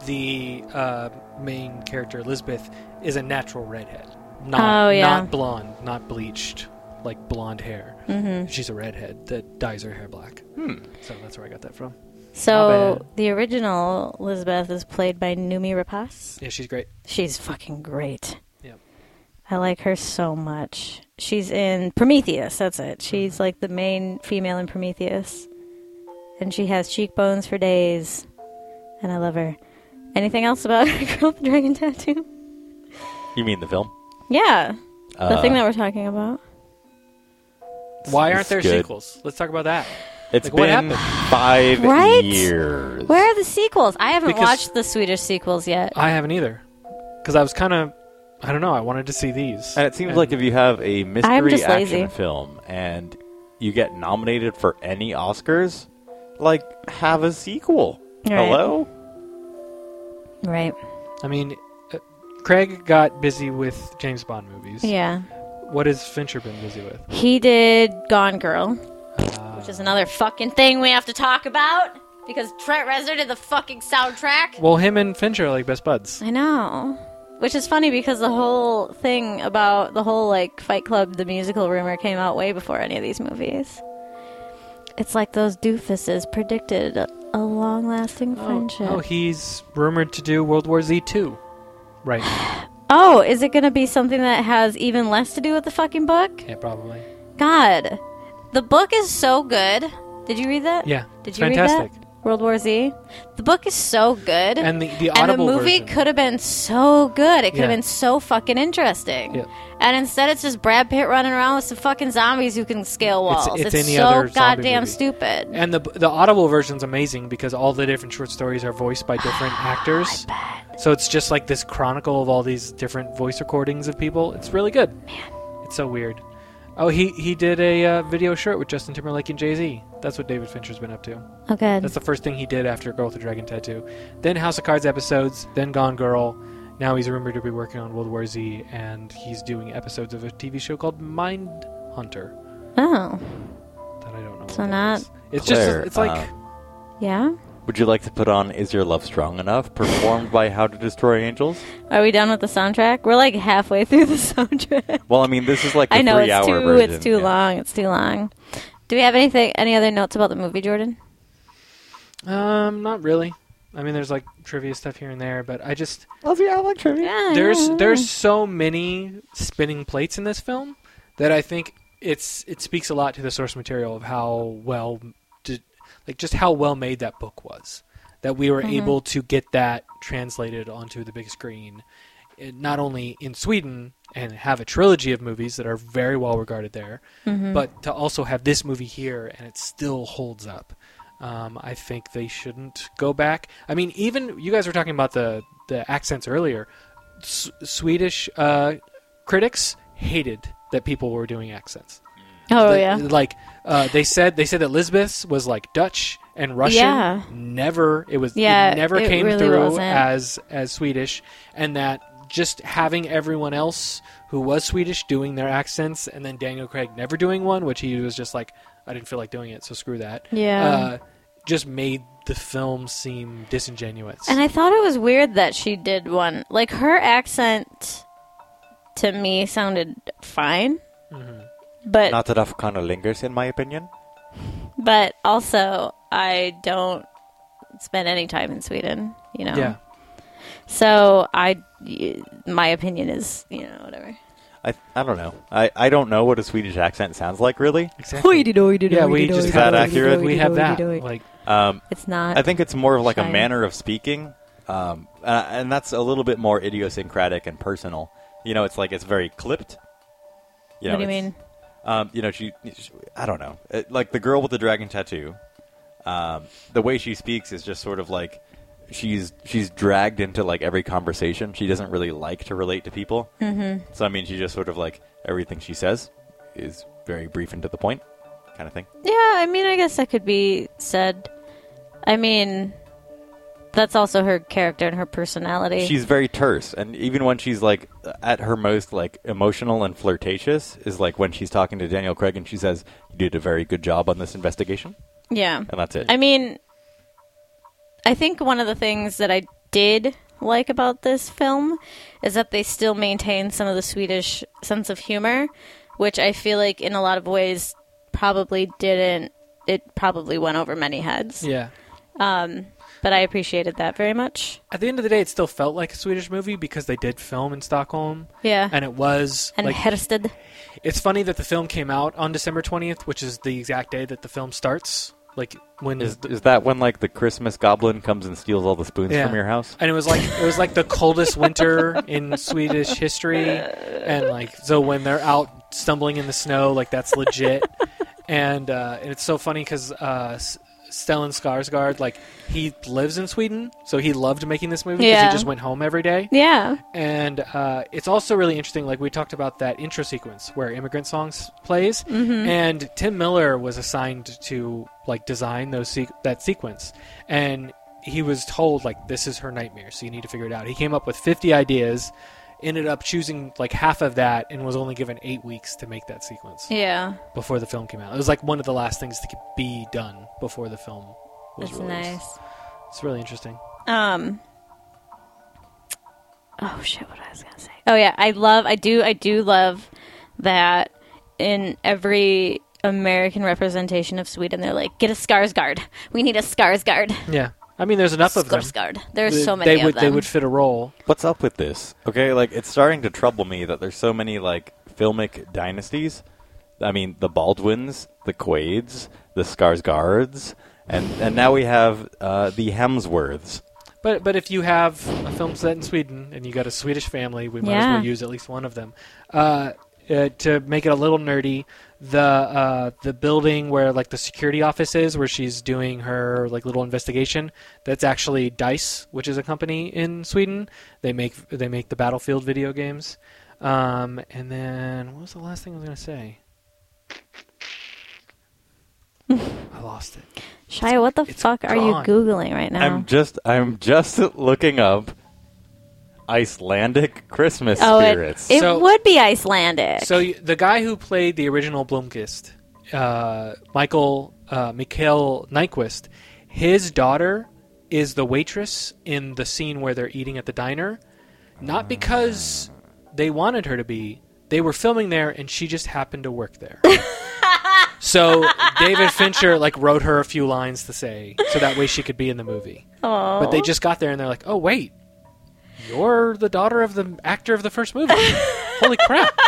the uh, main character Elizabeth is a natural redhead, not
Oh, yeah.
not blonde, not bleached, like blonde hair.
Mm-hmm.
She's a redhead that dyes her hair black.
Hmm.
So that's where I got that from.
So
bad.
the original Elizabeth is played by Numi Rapace.
Yeah, she's great.
She's fucking great.
Yep.
I like her so much. She's in Prometheus, that's it. She's
Mm-hmm.
like the main female in Prometheus. And she has cheekbones for days. And I love her. Anything else about *laughs* Girl with the Dragon Tattoo?
You mean the film?
Yeah. The
Uh,
thing that we're talking about.
Why
it's
aren't there
good.
sequels? Let's talk about that.
It's
Like, what
been five
Right?
years.
Where are the sequels? I haven't
Because-
watched the Swedish sequels yet.
I haven't either, because I was kind of I don't know. I wanted to see these.
And it seems like if you have a mystery
just
action
lazy.
film and you get nominated for any Oscars, like have a sequel.
Right.
Hello?
Right.
I mean, uh, Craig got busy with James Bond movies.
Yeah.
What has Fincher been busy with?
He did Gone Girl.
Uh,
which is another fucking thing we have to talk about because Trent Reznor did the fucking soundtrack.
well, him and Fincher are like best buds.
I know. Which is funny because the whole thing about the whole like Fight Club the musical rumor came out way before any of these movies. It's like those doofuses predicted a, a long-lasting friendship.
Oh,
Oh,
he's rumored to do World War Z two, right? now.
Oh, is it going to be something that has even less to do with the fucking book?
Yeah, probably.
God. The book is so good. Did you read that?
Yeah,
Did
it's
you read
fantastic.
that? World War Z. The book is so good.
And the the
and the
audible
movie
version.
could have been so good. It could
Yeah.
have been so fucking interesting.
Yeah.
And instead, it's just Brad Pitt running around with some fucking zombies who can scale walls.
it's any
so
other zombie
goddamn
movie.
stupid.
and the the audible version's amazing because all the different short stories are voiced by different actors. So it's just like this chronicle of all these different voice recordings of people. It's really good. Man. It's so weird. Oh, he he did a uh, video short with Justin Timberlake and Jay Z. That's what David Fincher's been up to.
Oh, good.
That's the first thing he did after Girl with the Dragon Tattoo. Then House of Cards episodes. Then Gone Girl. Now he's rumored to be working on World War Z, and he's doing episodes of a TV show called Mind Hunter
oh,
that I don't know.
So
what that
not-
is. It's
Claire,
just it's like
yeah.
Would you like to put on Is Your Love Strong Enough? Performed by How to Destroy Angels?
Are we done with the soundtrack? We're like halfway *laughs* through the soundtrack.
Well, I mean, this is like the
I know
three
it's
hour
too
version.
it's
yeah.
too long. It's too long. Do we have anything? Any other notes about the movie, Jordan?
um not really. I mean, there's like trivia stuff here and there, but I just
Yeah.
there's
yeah,
there's so many spinning plates in this film that I think it's it speaks a lot to the source material of how well did, like just how well made that book was that we were able to get that translated onto the big screen eh, not only in Sweden and have a trilogy of movies that are very well regarded there but to also have this movie here and it still holds up um, I think they shouldn't go back. I mean, even you guys were talking about the the accents earlier. S- Swedish uh, critics hated that people were doing accents.
yeah. Oh
Like-
yeah.
like uh, they said they said that Lisbeth's was like Dutch and Russian.
Yeah.
Never it was
Yeah,
it never
it
came
really
through
wasn't.
as as Swedish, and that just having everyone else who was Swedish doing their accents, and then Daniel Craig never doing one, which he was just like, I didn't feel like doing it, so screw that.
Yeah.
uh, just made the film seem disingenuous.
And I thought it was weird that she did one. Like her accent to me sounded fine. But
Not enough kind of lingers, in my opinion.
but also I don't spend any time in Sweden, you know.
yeah,
So I my opinion is, you know, whatever.
I, I don't know. I, I don't know what a Swedish accent sounds like, really.
exactly. Yeah, we just
Is
have
that accurate?
We have that. Like,
Um,
It's not
I think it's more of like a
Shine.
manner of speaking, um, uh, and that's a little bit more idiosyncratic and personal. You know, it's like it's very clipped. You know,
What do you
it's-
mean?
Um, you know, she, she- I don't know. It, like the girl with the dragon tattoo, um, the way she speaks is just sort of like she's she's dragged into like every conversation. She doesn't really like to relate to people. Mm-hmm. So I mean, she just sort of like everything she says is very brief and to the point, kind of thing.
Yeah, I mean, I guess that could be said. I mean, that's also her character and her personality.
She's very terse, and even when she's like at her most like emotional and flirtatious is like when she's talking to Daniel Craig and she says, "You did a very good job on this investigation,"
yeah.
and that's it.
I mean, I think one of the things that I did like about this film is that they still maintain some of the Swedish sense of humor, which I feel like in a lot of ways probably didn't. It probably went over many heads,
yeah.
but I appreciated that very much.
At the end of the day, it still felt like a Swedish movie because they did film in Stockholm,
Yeah.
and it was
Uh, and
like
Hersted.
it's funny that the film came out on December twentieth, which is the exact day that the film starts. Like when
Is,
the-
is that when like the Christmas goblin comes and steals all the spoons
Yeah.
from your house?
and it was like it was like the coldest winter in Swedish history, and like so when they're out stumbling in the snow, like that's legit. and uh, and it's so funny because uh, S- Stellan Skarsgård, like he lives in Sweden, so he loved making this movie because
Yeah.
he just went home every day.
Yeah.
and uh, it's also really interesting. Like we talked about that intro sequence where "Immigrant Songs" plays,
Mm-hmm.
and Tim Miller was assigned to like design those se- that sequence, and he was told like this is her nightmare, so you need to figure it out. He came up with 50 ideas, ended up choosing like half of that, and was only given eight weeks to make that sequence
Yeah.
before the film came out. It was like one of the last things to be done before the film was
That's
released.
nice.
It's really interesting.
Um. Oh shit! What I was gonna say? Oh yeah, I love. I do. I do love that in every American representation of Sweden, they're like, "Get a Skarsgård. We need a Skarsgård.
Yeah, I mean, there's enough of them.
Skarsgård. There's
They-
so many
they would
of them.
they would fit a role.
What's up with this? Okay, like it's starting to trouble me that there's so many like filmic dynasties. I mean, the Baldwins, the Quades, the Skarsgards, and and now we have uh, the Hemsworths.
But but if you have a film set in Sweden and you got a Swedish family, we might as
Yeah.
well use at least one of them. Uh, uh, to make it a little nerdy, the uh, the building where like the security office is, where she's doing her like little investigation, that's actually Dice, which is a company in Sweden. They make they make the Battlefield video games. Um, and then what was the last thing I was gonna say? I lost it.
Shia, what the
It's
fuck are you
gone.
googling right now?
I'm just I'm just looking up Icelandic Christmas
oh, it,
spirits.
it
So-
would be Icelandic.
So y- the guy who played the original Blomkist, uh, Michael uh, Mikhail Nyquist, his daughter is the waitress in the scene where they're eating at the diner. Not because they wanted her to be. They were filming there, and she just happened to work there. so David Fincher like wrote her a few lines to say, so that way she could be in the movie.
Aw.
But they just got there and they're like, oh, wait, you're the daughter of the actor of the first movie. Holy crap.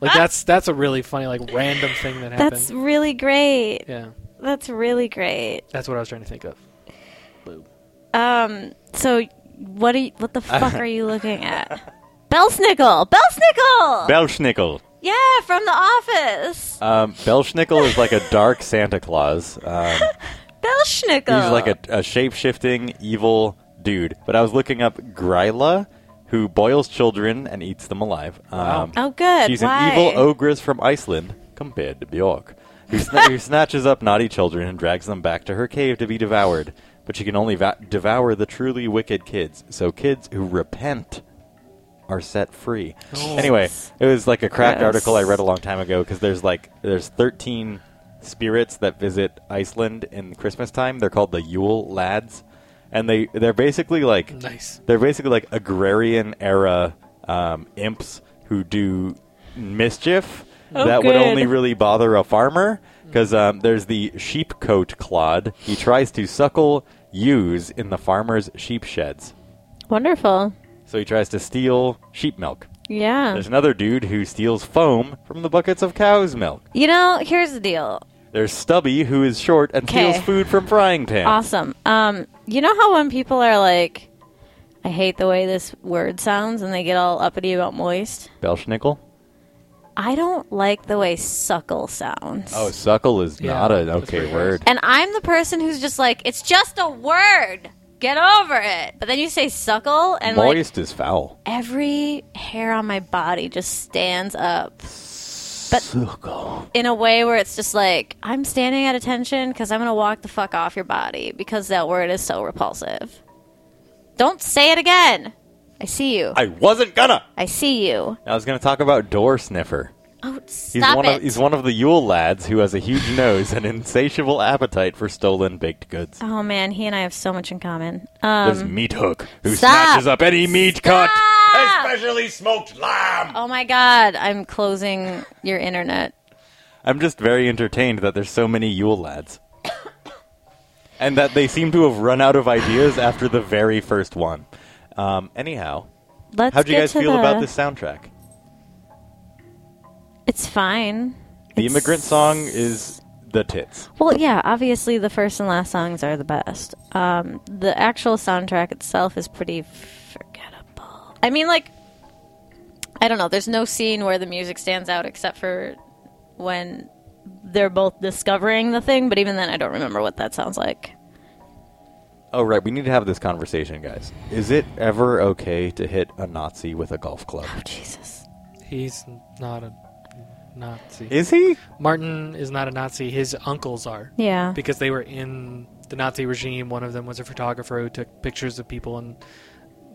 Like, that's that's a really funny, like, random thing that happened.
That's really great.
Yeah,
That's really great.
that's what I was trying to think of.
Um, so what are you, what
*laughs*
the fuck are you looking at? Belsnickel! Belsnickel!
Belschnickel.
yeah, from the office.
Um, Belschnickel is like a dark Santa Claus. Um,
Belschnickel.
He's like a, a shape shifting evil dude. But I was looking up Gryla, who boils children and eats them alive. Um,
Oh, good.
She's
Why?
an evil ogress from Iceland, compared to Bjork, who, sna- who snatches up naughty children and drags them back to her cave to be devoured. But she can only va- devour the truly wicked kids. So kids who repent are set free. Anyway, it was like a cracked
Gross.
article I read a long time ago because there's like there's 13 spirits that visit Iceland in Christmas time. They're called the Yule Lads, and they they're basically like
Nice.
they're basically like agrarian era um, imps who do mischief
Oh,
that would
good.
only really bother a farmer. Because um, there's the sheepcoat Clod. He tries to suckle ewes in the farmer's sheep sheds.
Wonderful.
So he tries to steal sheep milk.
Yeah.
There's another dude who steals foam from the buckets of cow's milk.
You know, here's the deal.
There's Stubby who is short and steals
'Kay.
food from frying pans.
Awesome. Um, you know how when people are like, I hate the way this word sounds, and they get all uppity about moist.
Belschnickel.
I don't like the way suckle sounds.
Oh, suckle is
Yeah,
not an
that's
okay
pretty
word.
And I'm the person who's just like, it's just a word. Get over it. But then you say suckle, and like
Moist is foul.
every hair on my body just stands up
Suckle.
in a way where it's just like, I'm standing at attention because I'm going to walk the fuck off your body because that word is so repulsive. Don't say it again. I see you.
I wasn't gonna.
I see you.
I was gonna talk about Door Sniffer.
Oh,
He's
stop
one
it.
of he's one of the Yule lads who has a huge nose and *laughs* insatiable appetite for stolen baked goods.
oh man, he and I have so much in common. Um,
There's Meat Hook who
stop.
snatches up any meat cut.
ah!
Especially smoked lamb.
Oh my god, I'm closing your internet.
I'm just very entertained that there's so many Yule lads. *coughs* and that they seem to have run out of ideas after the very first one. Um, anyhow,
Let's
how'd you
get
guys
to
feel
the-
about this soundtrack?
It's fine.
The
It's-
immigrant song is the tits.
Well, yeah, obviously the first and last songs are the best. Um, the actual soundtrack itself is pretty forgettable. I mean, like, I don't know. There's no scene where the music stands out except for when they're both discovering the thing, but even then, I don't remember what that sounds like.
Oh, right. We need to have this conversation, guys. Is it ever okay to hit a Nazi with a golf club?
Oh, Jesus.
He's not a Nazi.
Is he?
Martin is not a Nazi. His uncles are.
Yeah.
Because they were in the Nazi regime. One of them was a photographer who took pictures of people in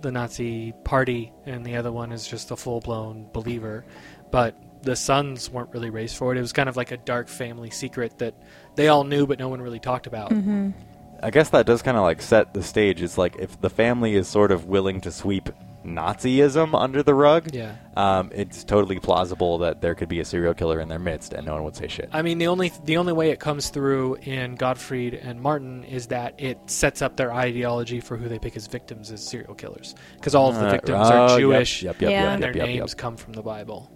the Nazi party, and the other one is just a full blown believer. But the sons weren't really raised for it. It was kind of like a dark family secret that they all knew, but no one really talked about.
I guess that does kind of like set the stage. It's like if the family is sort of willing to sweep Nazism under the rug,
Yeah.
um, it's totally plausible that there could be a serial killer in their midst and no one would say shit.
I mean, the only the only way it comes through in Gottfried and Martin is that it sets up their ideology for who they pick as victims as serial killers, because all of the
Uh,
victims
oh,
are
yep,
Jewish
Yep, yep,
Yeah.
yep, yep,
and their
yep, yep.
names come from the Bible.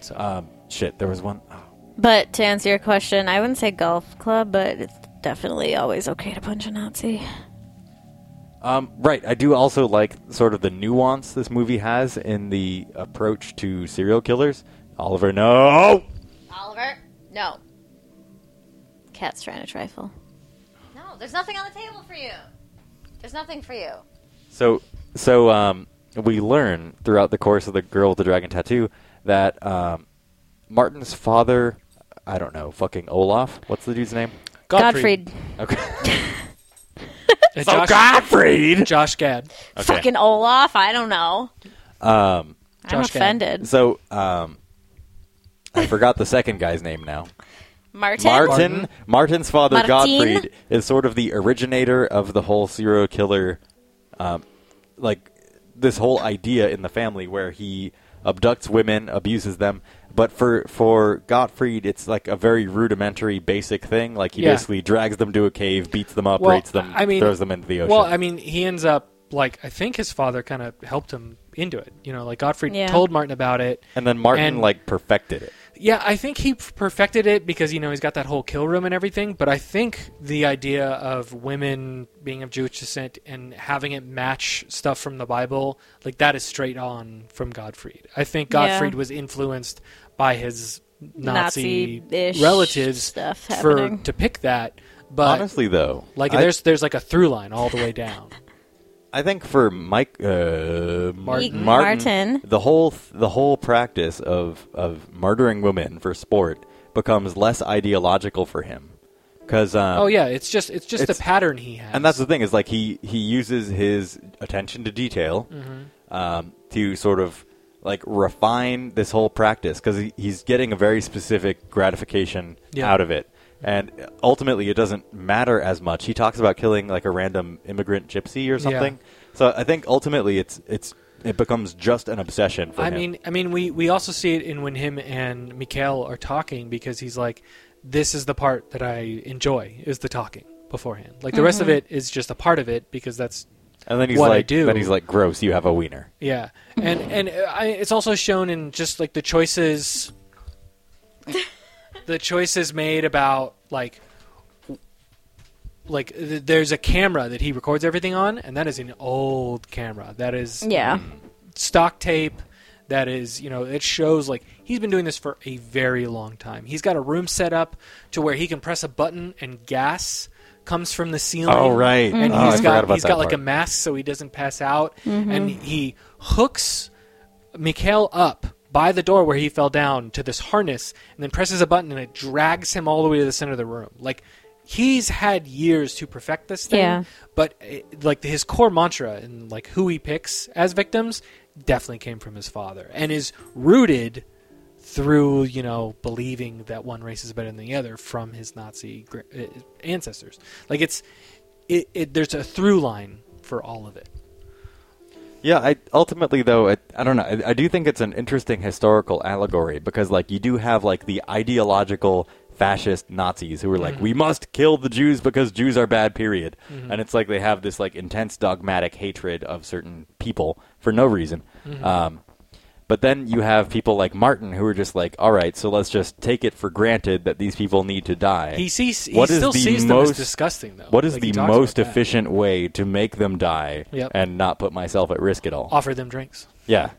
So
Um, shit, there was one. oh.
But to answer your question, I wouldn't say golf club, but it's definitely always okay to punch a Nazi.
Um, right, I do also like sort of the nuance this movie has in the approach to serial killers. Oliver, no.
Oliver, no. Cat's trying to trifle. No, there's nothing on the table for you. There's nothing for you.
So, so um, we learn throughout the course of the Girl with the Dragon Tattoo that um, Martin's father I don't know, fucking Olaf. What's the dude's name?
Godfried.
Okay.
Uh,
so
Josh,
Godfried.
Josh Gad.
Okay.
Fucking Olaf. I don't know.
Um.
I'm
Josh Gad.
offended.
So um, I forgot the second guy's name now.
Martin.
Martin. Martin's father
Martin?
Godfried is sort of the originator of the whole serial killer, um, like this whole idea in the family where he abducts women, abuses them. But for for Gottfried, it's like a very rudimentary, basic thing. Like he
Yeah.
basically drags them to a cave, beats them up,
Well,
rapes them,
I mean-
throws them into the ocean.
Well, I mean, he ends up like I think his father kind of helped him into it. You know, like Gottfried
Yeah.
told Martin about it.
and then Martin
and-
like perfected it.
Yeah, I think he perfected it because you know he's got that whole kill room and everything. But I think the idea of women being of Jewish descent and having it match stuff from the Bible, like that, is straight on from Gottfried. I think
Yeah.
Gottfried was influenced by his Nazi
Nazi-ish
relatives
stuff
for
happening.
to pick that. But
Honestly, though,
like,
I,
there's there's like a through line all the way
*laughs*
down.
I think for Mike uh,
Martin.
Martin.
the whole the whole practice of of murdering women for sport becomes less ideological for him because um,
Oh yeah, it's just it's just
It's-
the pattern he has.
and that's the thing is like he he uses his attention to detail
Mm-hmm.
um, to sort of like refine this whole practice because he, he's getting a very specific gratification
Yeah.
out of it and ultimately it doesn't matter as much he talks about killing like a random immigrant gypsy or something so i think ultimately it's it's it becomes just an obsession for
I
him
mean, I mean, we we also see it in when him and Mikhail are talking because he's like, "This is the part that I enjoy is the talking beforehand. Like the rest of
Mm-hmm.
it is just a part of it because that's
and then he's
what I
like
do-
then he's like gross you have a wiener
yeah." And and uh, I, it's also shown in just like the choices, the choices made about like. Like th- there's a camera that he records everything on, and that is an old camera. That is
Yeah.
stock tape that is you know it shows like he's been doing this for a very long time he's got a room set up to where he can press a button and gas comes from the ceiling
Oh, right.
and
Mhm. Oh, I
he's
forgot
got
about
he's
that
got like a
part.
mask so he doesn't pass out and he hooks Mikhail up by the door where he fell down to this harness and then presses a button and it drags him all the way to the center of the room like he's had years to perfect this thing
Yeah.
but it, like his core mantra and like who he picks as victims definitely came from his father and is rooted through you know believing that one race is better than the other from his Nazi gr- uh, ancestors. Like it's it, it there's a through line for all of it.
Yeah, I ultimately though I, I don't know. I, I do think it's an interesting historical allegory because like you do have like the ideological fascist Nazis who were
Mm-hmm.
like we must kill the Jews because Jews are bad period. And it's like they have this like intense dogmatic hatred of certain people for no reason.
Mm-hmm.
Um but then you have people like Martin who are just like, all right, so let's just take it for granted that these people need to die.
He sees he
What is
still
the
sees them as
most-
disgusting though.
What is
Like, he
the
talks about
most
that.
efficient way to make them die
Yep.
and not put myself at risk at all?
Offer them drinks.
Yeah.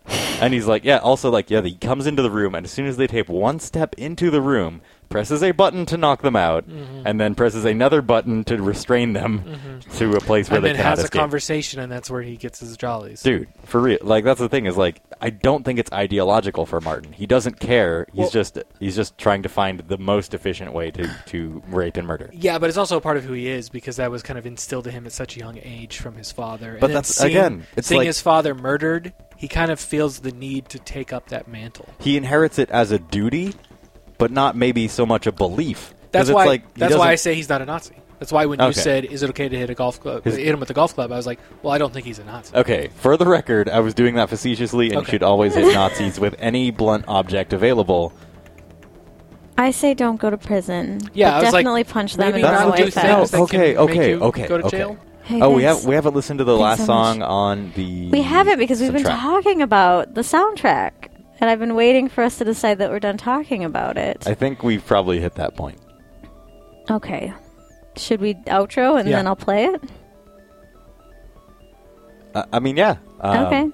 And he's like, yeah, also, like, yeah, he comes into the room, and as soon as they take one step into the room, presses a button to knock them out,
Mm-hmm.
and then presses another button to restrain them to a place where
and
they
then
cannot
has a
escape.
conversation and that's where he gets his jollies.
Dude, for real. Like, that's the thing is, like, I don't think it's ideological for Martin. He doesn't care. He's
Well-
just he's just trying to find the most efficient way to, to rape and murder.
Yeah, but it's also a part of who he is because that was kind of instilled to him at such a young age from his father.
But
and then
that's-
seeing,
again, it's
seeing
like-
his father murdered, he kind of feels the need to take up that mantle.
He inherits it as a duty, but not maybe so much a belief. 'Cause
That's
it's
why.
like, he
that's why I
doesn't-
say he's not a Nazi. That's why when you
Okay.
said, "Is it okay to hit a golf club?"
His-
hit him with a golf club. I was like, "Well, I don't think he's a Nazi."
Okay, for the record, I was doing that facetiously, and
Okay.
you should always hit Nazis with any blunt object available.
I say don't go to prison.
Yeah,
but
I was like,
definitely punch them in
maybe
the
not
life
do things
fast.
that- okay,
can make
okay,
you
okay,
Go to
okay.
jail.
Hey,
oh, we
thanks.
have we haven't listened to the
Thanks
last
so much.
song on the.
We haven't because we've been
soundtrack.
talking about the soundtrack, and I've been waiting for us to decide that we're done talking about it.
I think we've probably hit that point.
okay, should we outro and
Yeah.
then I'll play it?
Uh, I mean, yeah. Um,
okay.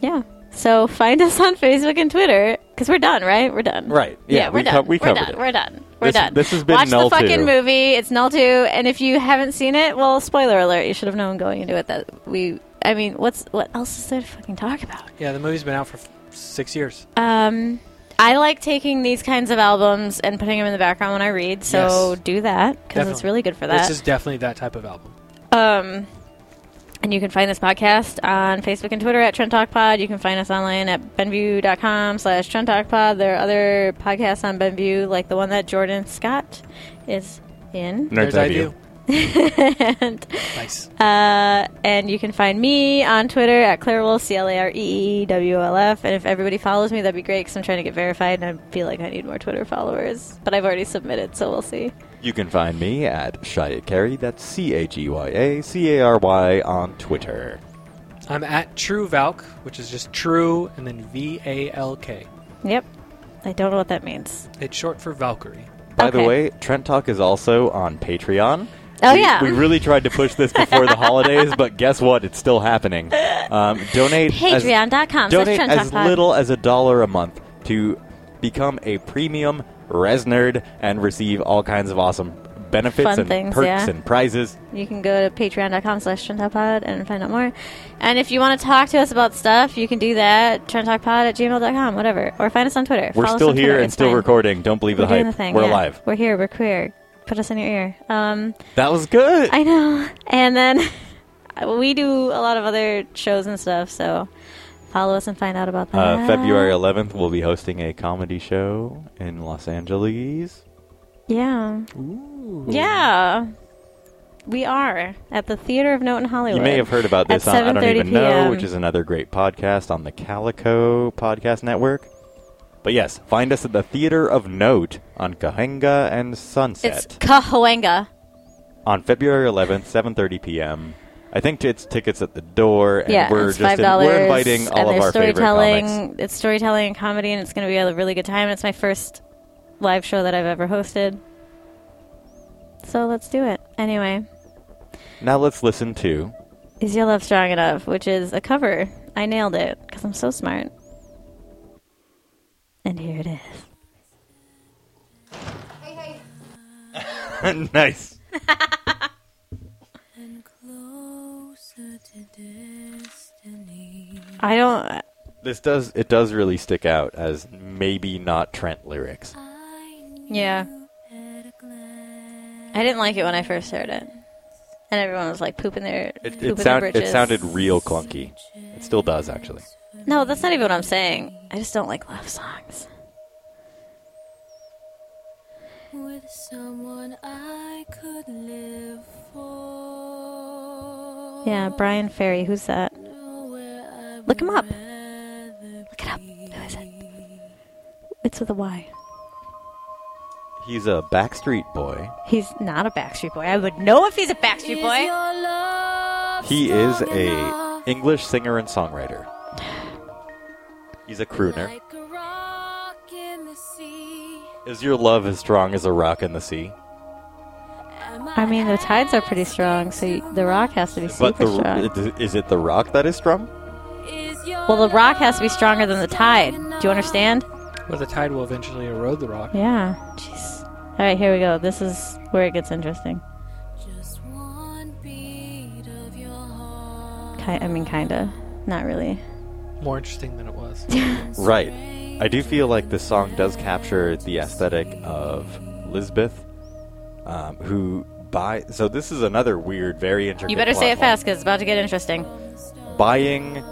Yeah. So find *laughs* us on Facebook and Twitter because we're done, right? We're done.
Right.
Yeah,
Yeah,
we're
we
done.
co- we
are
covered
done.
it.
We're done. We're
This-
done.
this has been
Watch
Null
the fucking
2.
movie. It's Null 2. And if you haven't seen it, well, spoiler alert, you should have known going into it that we. I mean, what's what else is there to fucking talk about?
Yeah, the movie's been out for f- six years.
Um, I like taking these kinds of albums and putting them in the background when I read. So
Yes.
do that because it's
Definitely.
really good for that.
This is definitely that type of album.
Um, and you can find this podcast on Facebook and Twitter at Trend Talk Pod. You can find us online at benview.com slash Trend Talk Pod. There are other podcasts on Benview, like the one that Jordan Scott is in.
Nerds
There's I
Eye View.
do.
*laughs* and,
Nice.
uh, and you can find me on Twitter at Clarewolf, E C-L-A-R-E-E-W-O-L-F. And if everybody follows me, that'd be great because I'm trying to get verified and I feel like I need more Twitter followers. But I've already submitted, so we'll see.
You can find me at Shia Carey. That's C H E Y A C A R Y on Twitter.
I'm at True Valk, which is just True and then V A L K.
Yep. I don't know what that means.
It's short for Valkyrie.
By the
Okay.
way, Trent Talk is also on Patreon.
Oh,
We-
yeah.
we really tried to push this
*laughs*
before the holidays, but guess what? It's still happening. Um, donate as-
Patreon.com slash
donate
Trend
as
Talk Pod.
little as a dollar a month to become a premium res nerd and receive all kinds of awesome benefits
Fun
and
things,
perks
yeah.
and prizes.
You can go to patreon.com slash trentalkpod and find out more. And if you want to talk to us about stuff, you can do that, trentalkpod at gmail.com, whatever. Or find us on Twitter.
We're
Follow us
still
on
here
Twitter,
and
it's
still
fine.
recording. Don't believe
We're
the hype.
doing the thing.
We're
yeah.
alive.
We're here. We're queer. Put us in your ear. Um,
That was good.
I know. *laughs* And then we do a lot of other shows and stuff, so follow us and find out about that.
Uh, February 11th, we'll be hosting a comedy show in Los Angeles.
Yeah. Yeah. We are at the Theater of Note in Hollywood.
You may have heard about this
At
on I Don't
7:30
Even Know,
PM.
which is another great podcast on the Calico Podcast Network. But yes, find us at the Theater of Note on Cahenga and Sunset.
It's Cahuenga.
on February 11th, 7:30 p.m. I think it's tickets at the door, and
yeah,
we're
it's
just
five
in-
dollars.
we're inviting all
and
of
there's
our favorite
storytelling.
comics.
It's storytelling and comedy, and it's going to be a really good time. It's my first live show that I've ever hosted, so let's do it. Anyway,
Now let's listen to
is your love strong enough? Which is a cover. I nailed it because I'm so smart. And here it is.
nice.
And closer to destiny.
I don't.
This does it does really stick out as maybe not Trent lyrics.
I knew
Yeah,
at a glance.
I didn't like it when I first heard it, and everyone was like pooping their
It,
pooping
it,
their
sound, it
britches.
sounded real clunky. It still does actually.
No, that's not even what I'm saying. I just don't like love songs.
With someone I could live for.
Yeah, Brian Ferry. Who's that?
Nowhere I
Look him
would
up.
rather
Look it up.
be.
Who is it? It's with a Y.
He's a Backstreet Boy.
He's not a Backstreet Boy. I would know if he's a Backstreet
Is
Boy.
your love
He is
strong
a
enough
English singer and songwriter. He's a crooner.
Like a rock in the sea.
Is your love as strong as a rock in the sea?
I mean, the tides are pretty strong, so y- the rock has to be super
But
strong.
the is it the rock that is strong?
Well, the rock has to be stronger than the tide. Do you understand?
Well, the tide will eventually erode the rock.
Yeah. Jeez. All right, here we go. This is where it gets interesting.
Just one beat of your heart.
Ki- I mean, kinda. Not really.
More interesting than it was.
Right. I do feel like this song does capture the aesthetic of Lisbeth, um, who buy. So this is another weird, very intricate.
You better
plot
say it
point.
fast, cause it's about to get interesting.
Buying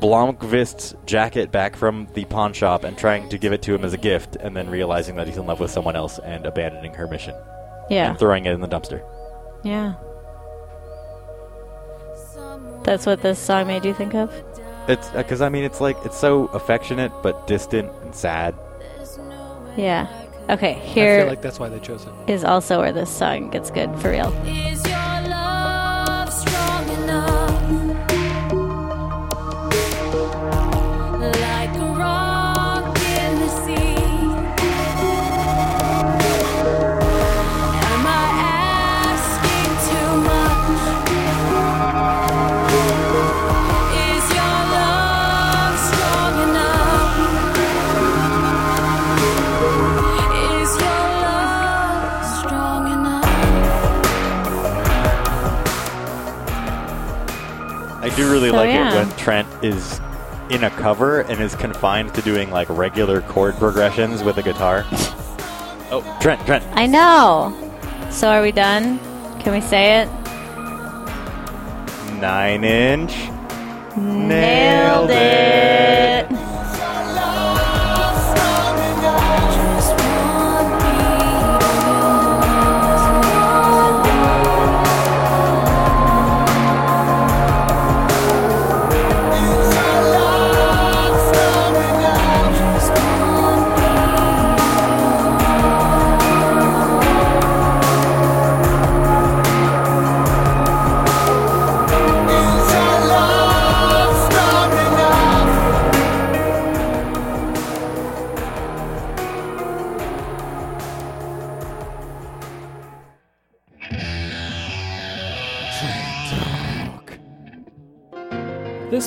Blomqvist's jacket back from the pawn shop and trying to give it to him as a gift, and then realizing that he's in love with someone else and abandoning her mission
Yeah.
and throwing it in the dumpster.
Yeah. That's what this song made you think of.
It's because I mean, it's like it's so affectionate but distant and sad.
Yeah. Okay.
I
Here
feel
is
like that's why they chose it.
also where this song gets good for real.
Is your love strong enough? Like a rock in the sea. Am I asking too much? Is your love strong enough? Is your love strong enough?
I do really
So,
like
yeah.
it when Trent is in a cover and is confined to doing like regular chord progressions with a guitar. oh, Trent, Trent.
I know. So are we done? Can we say it?
Nine inch.
Nailed it.
Just one beat of yours, one
This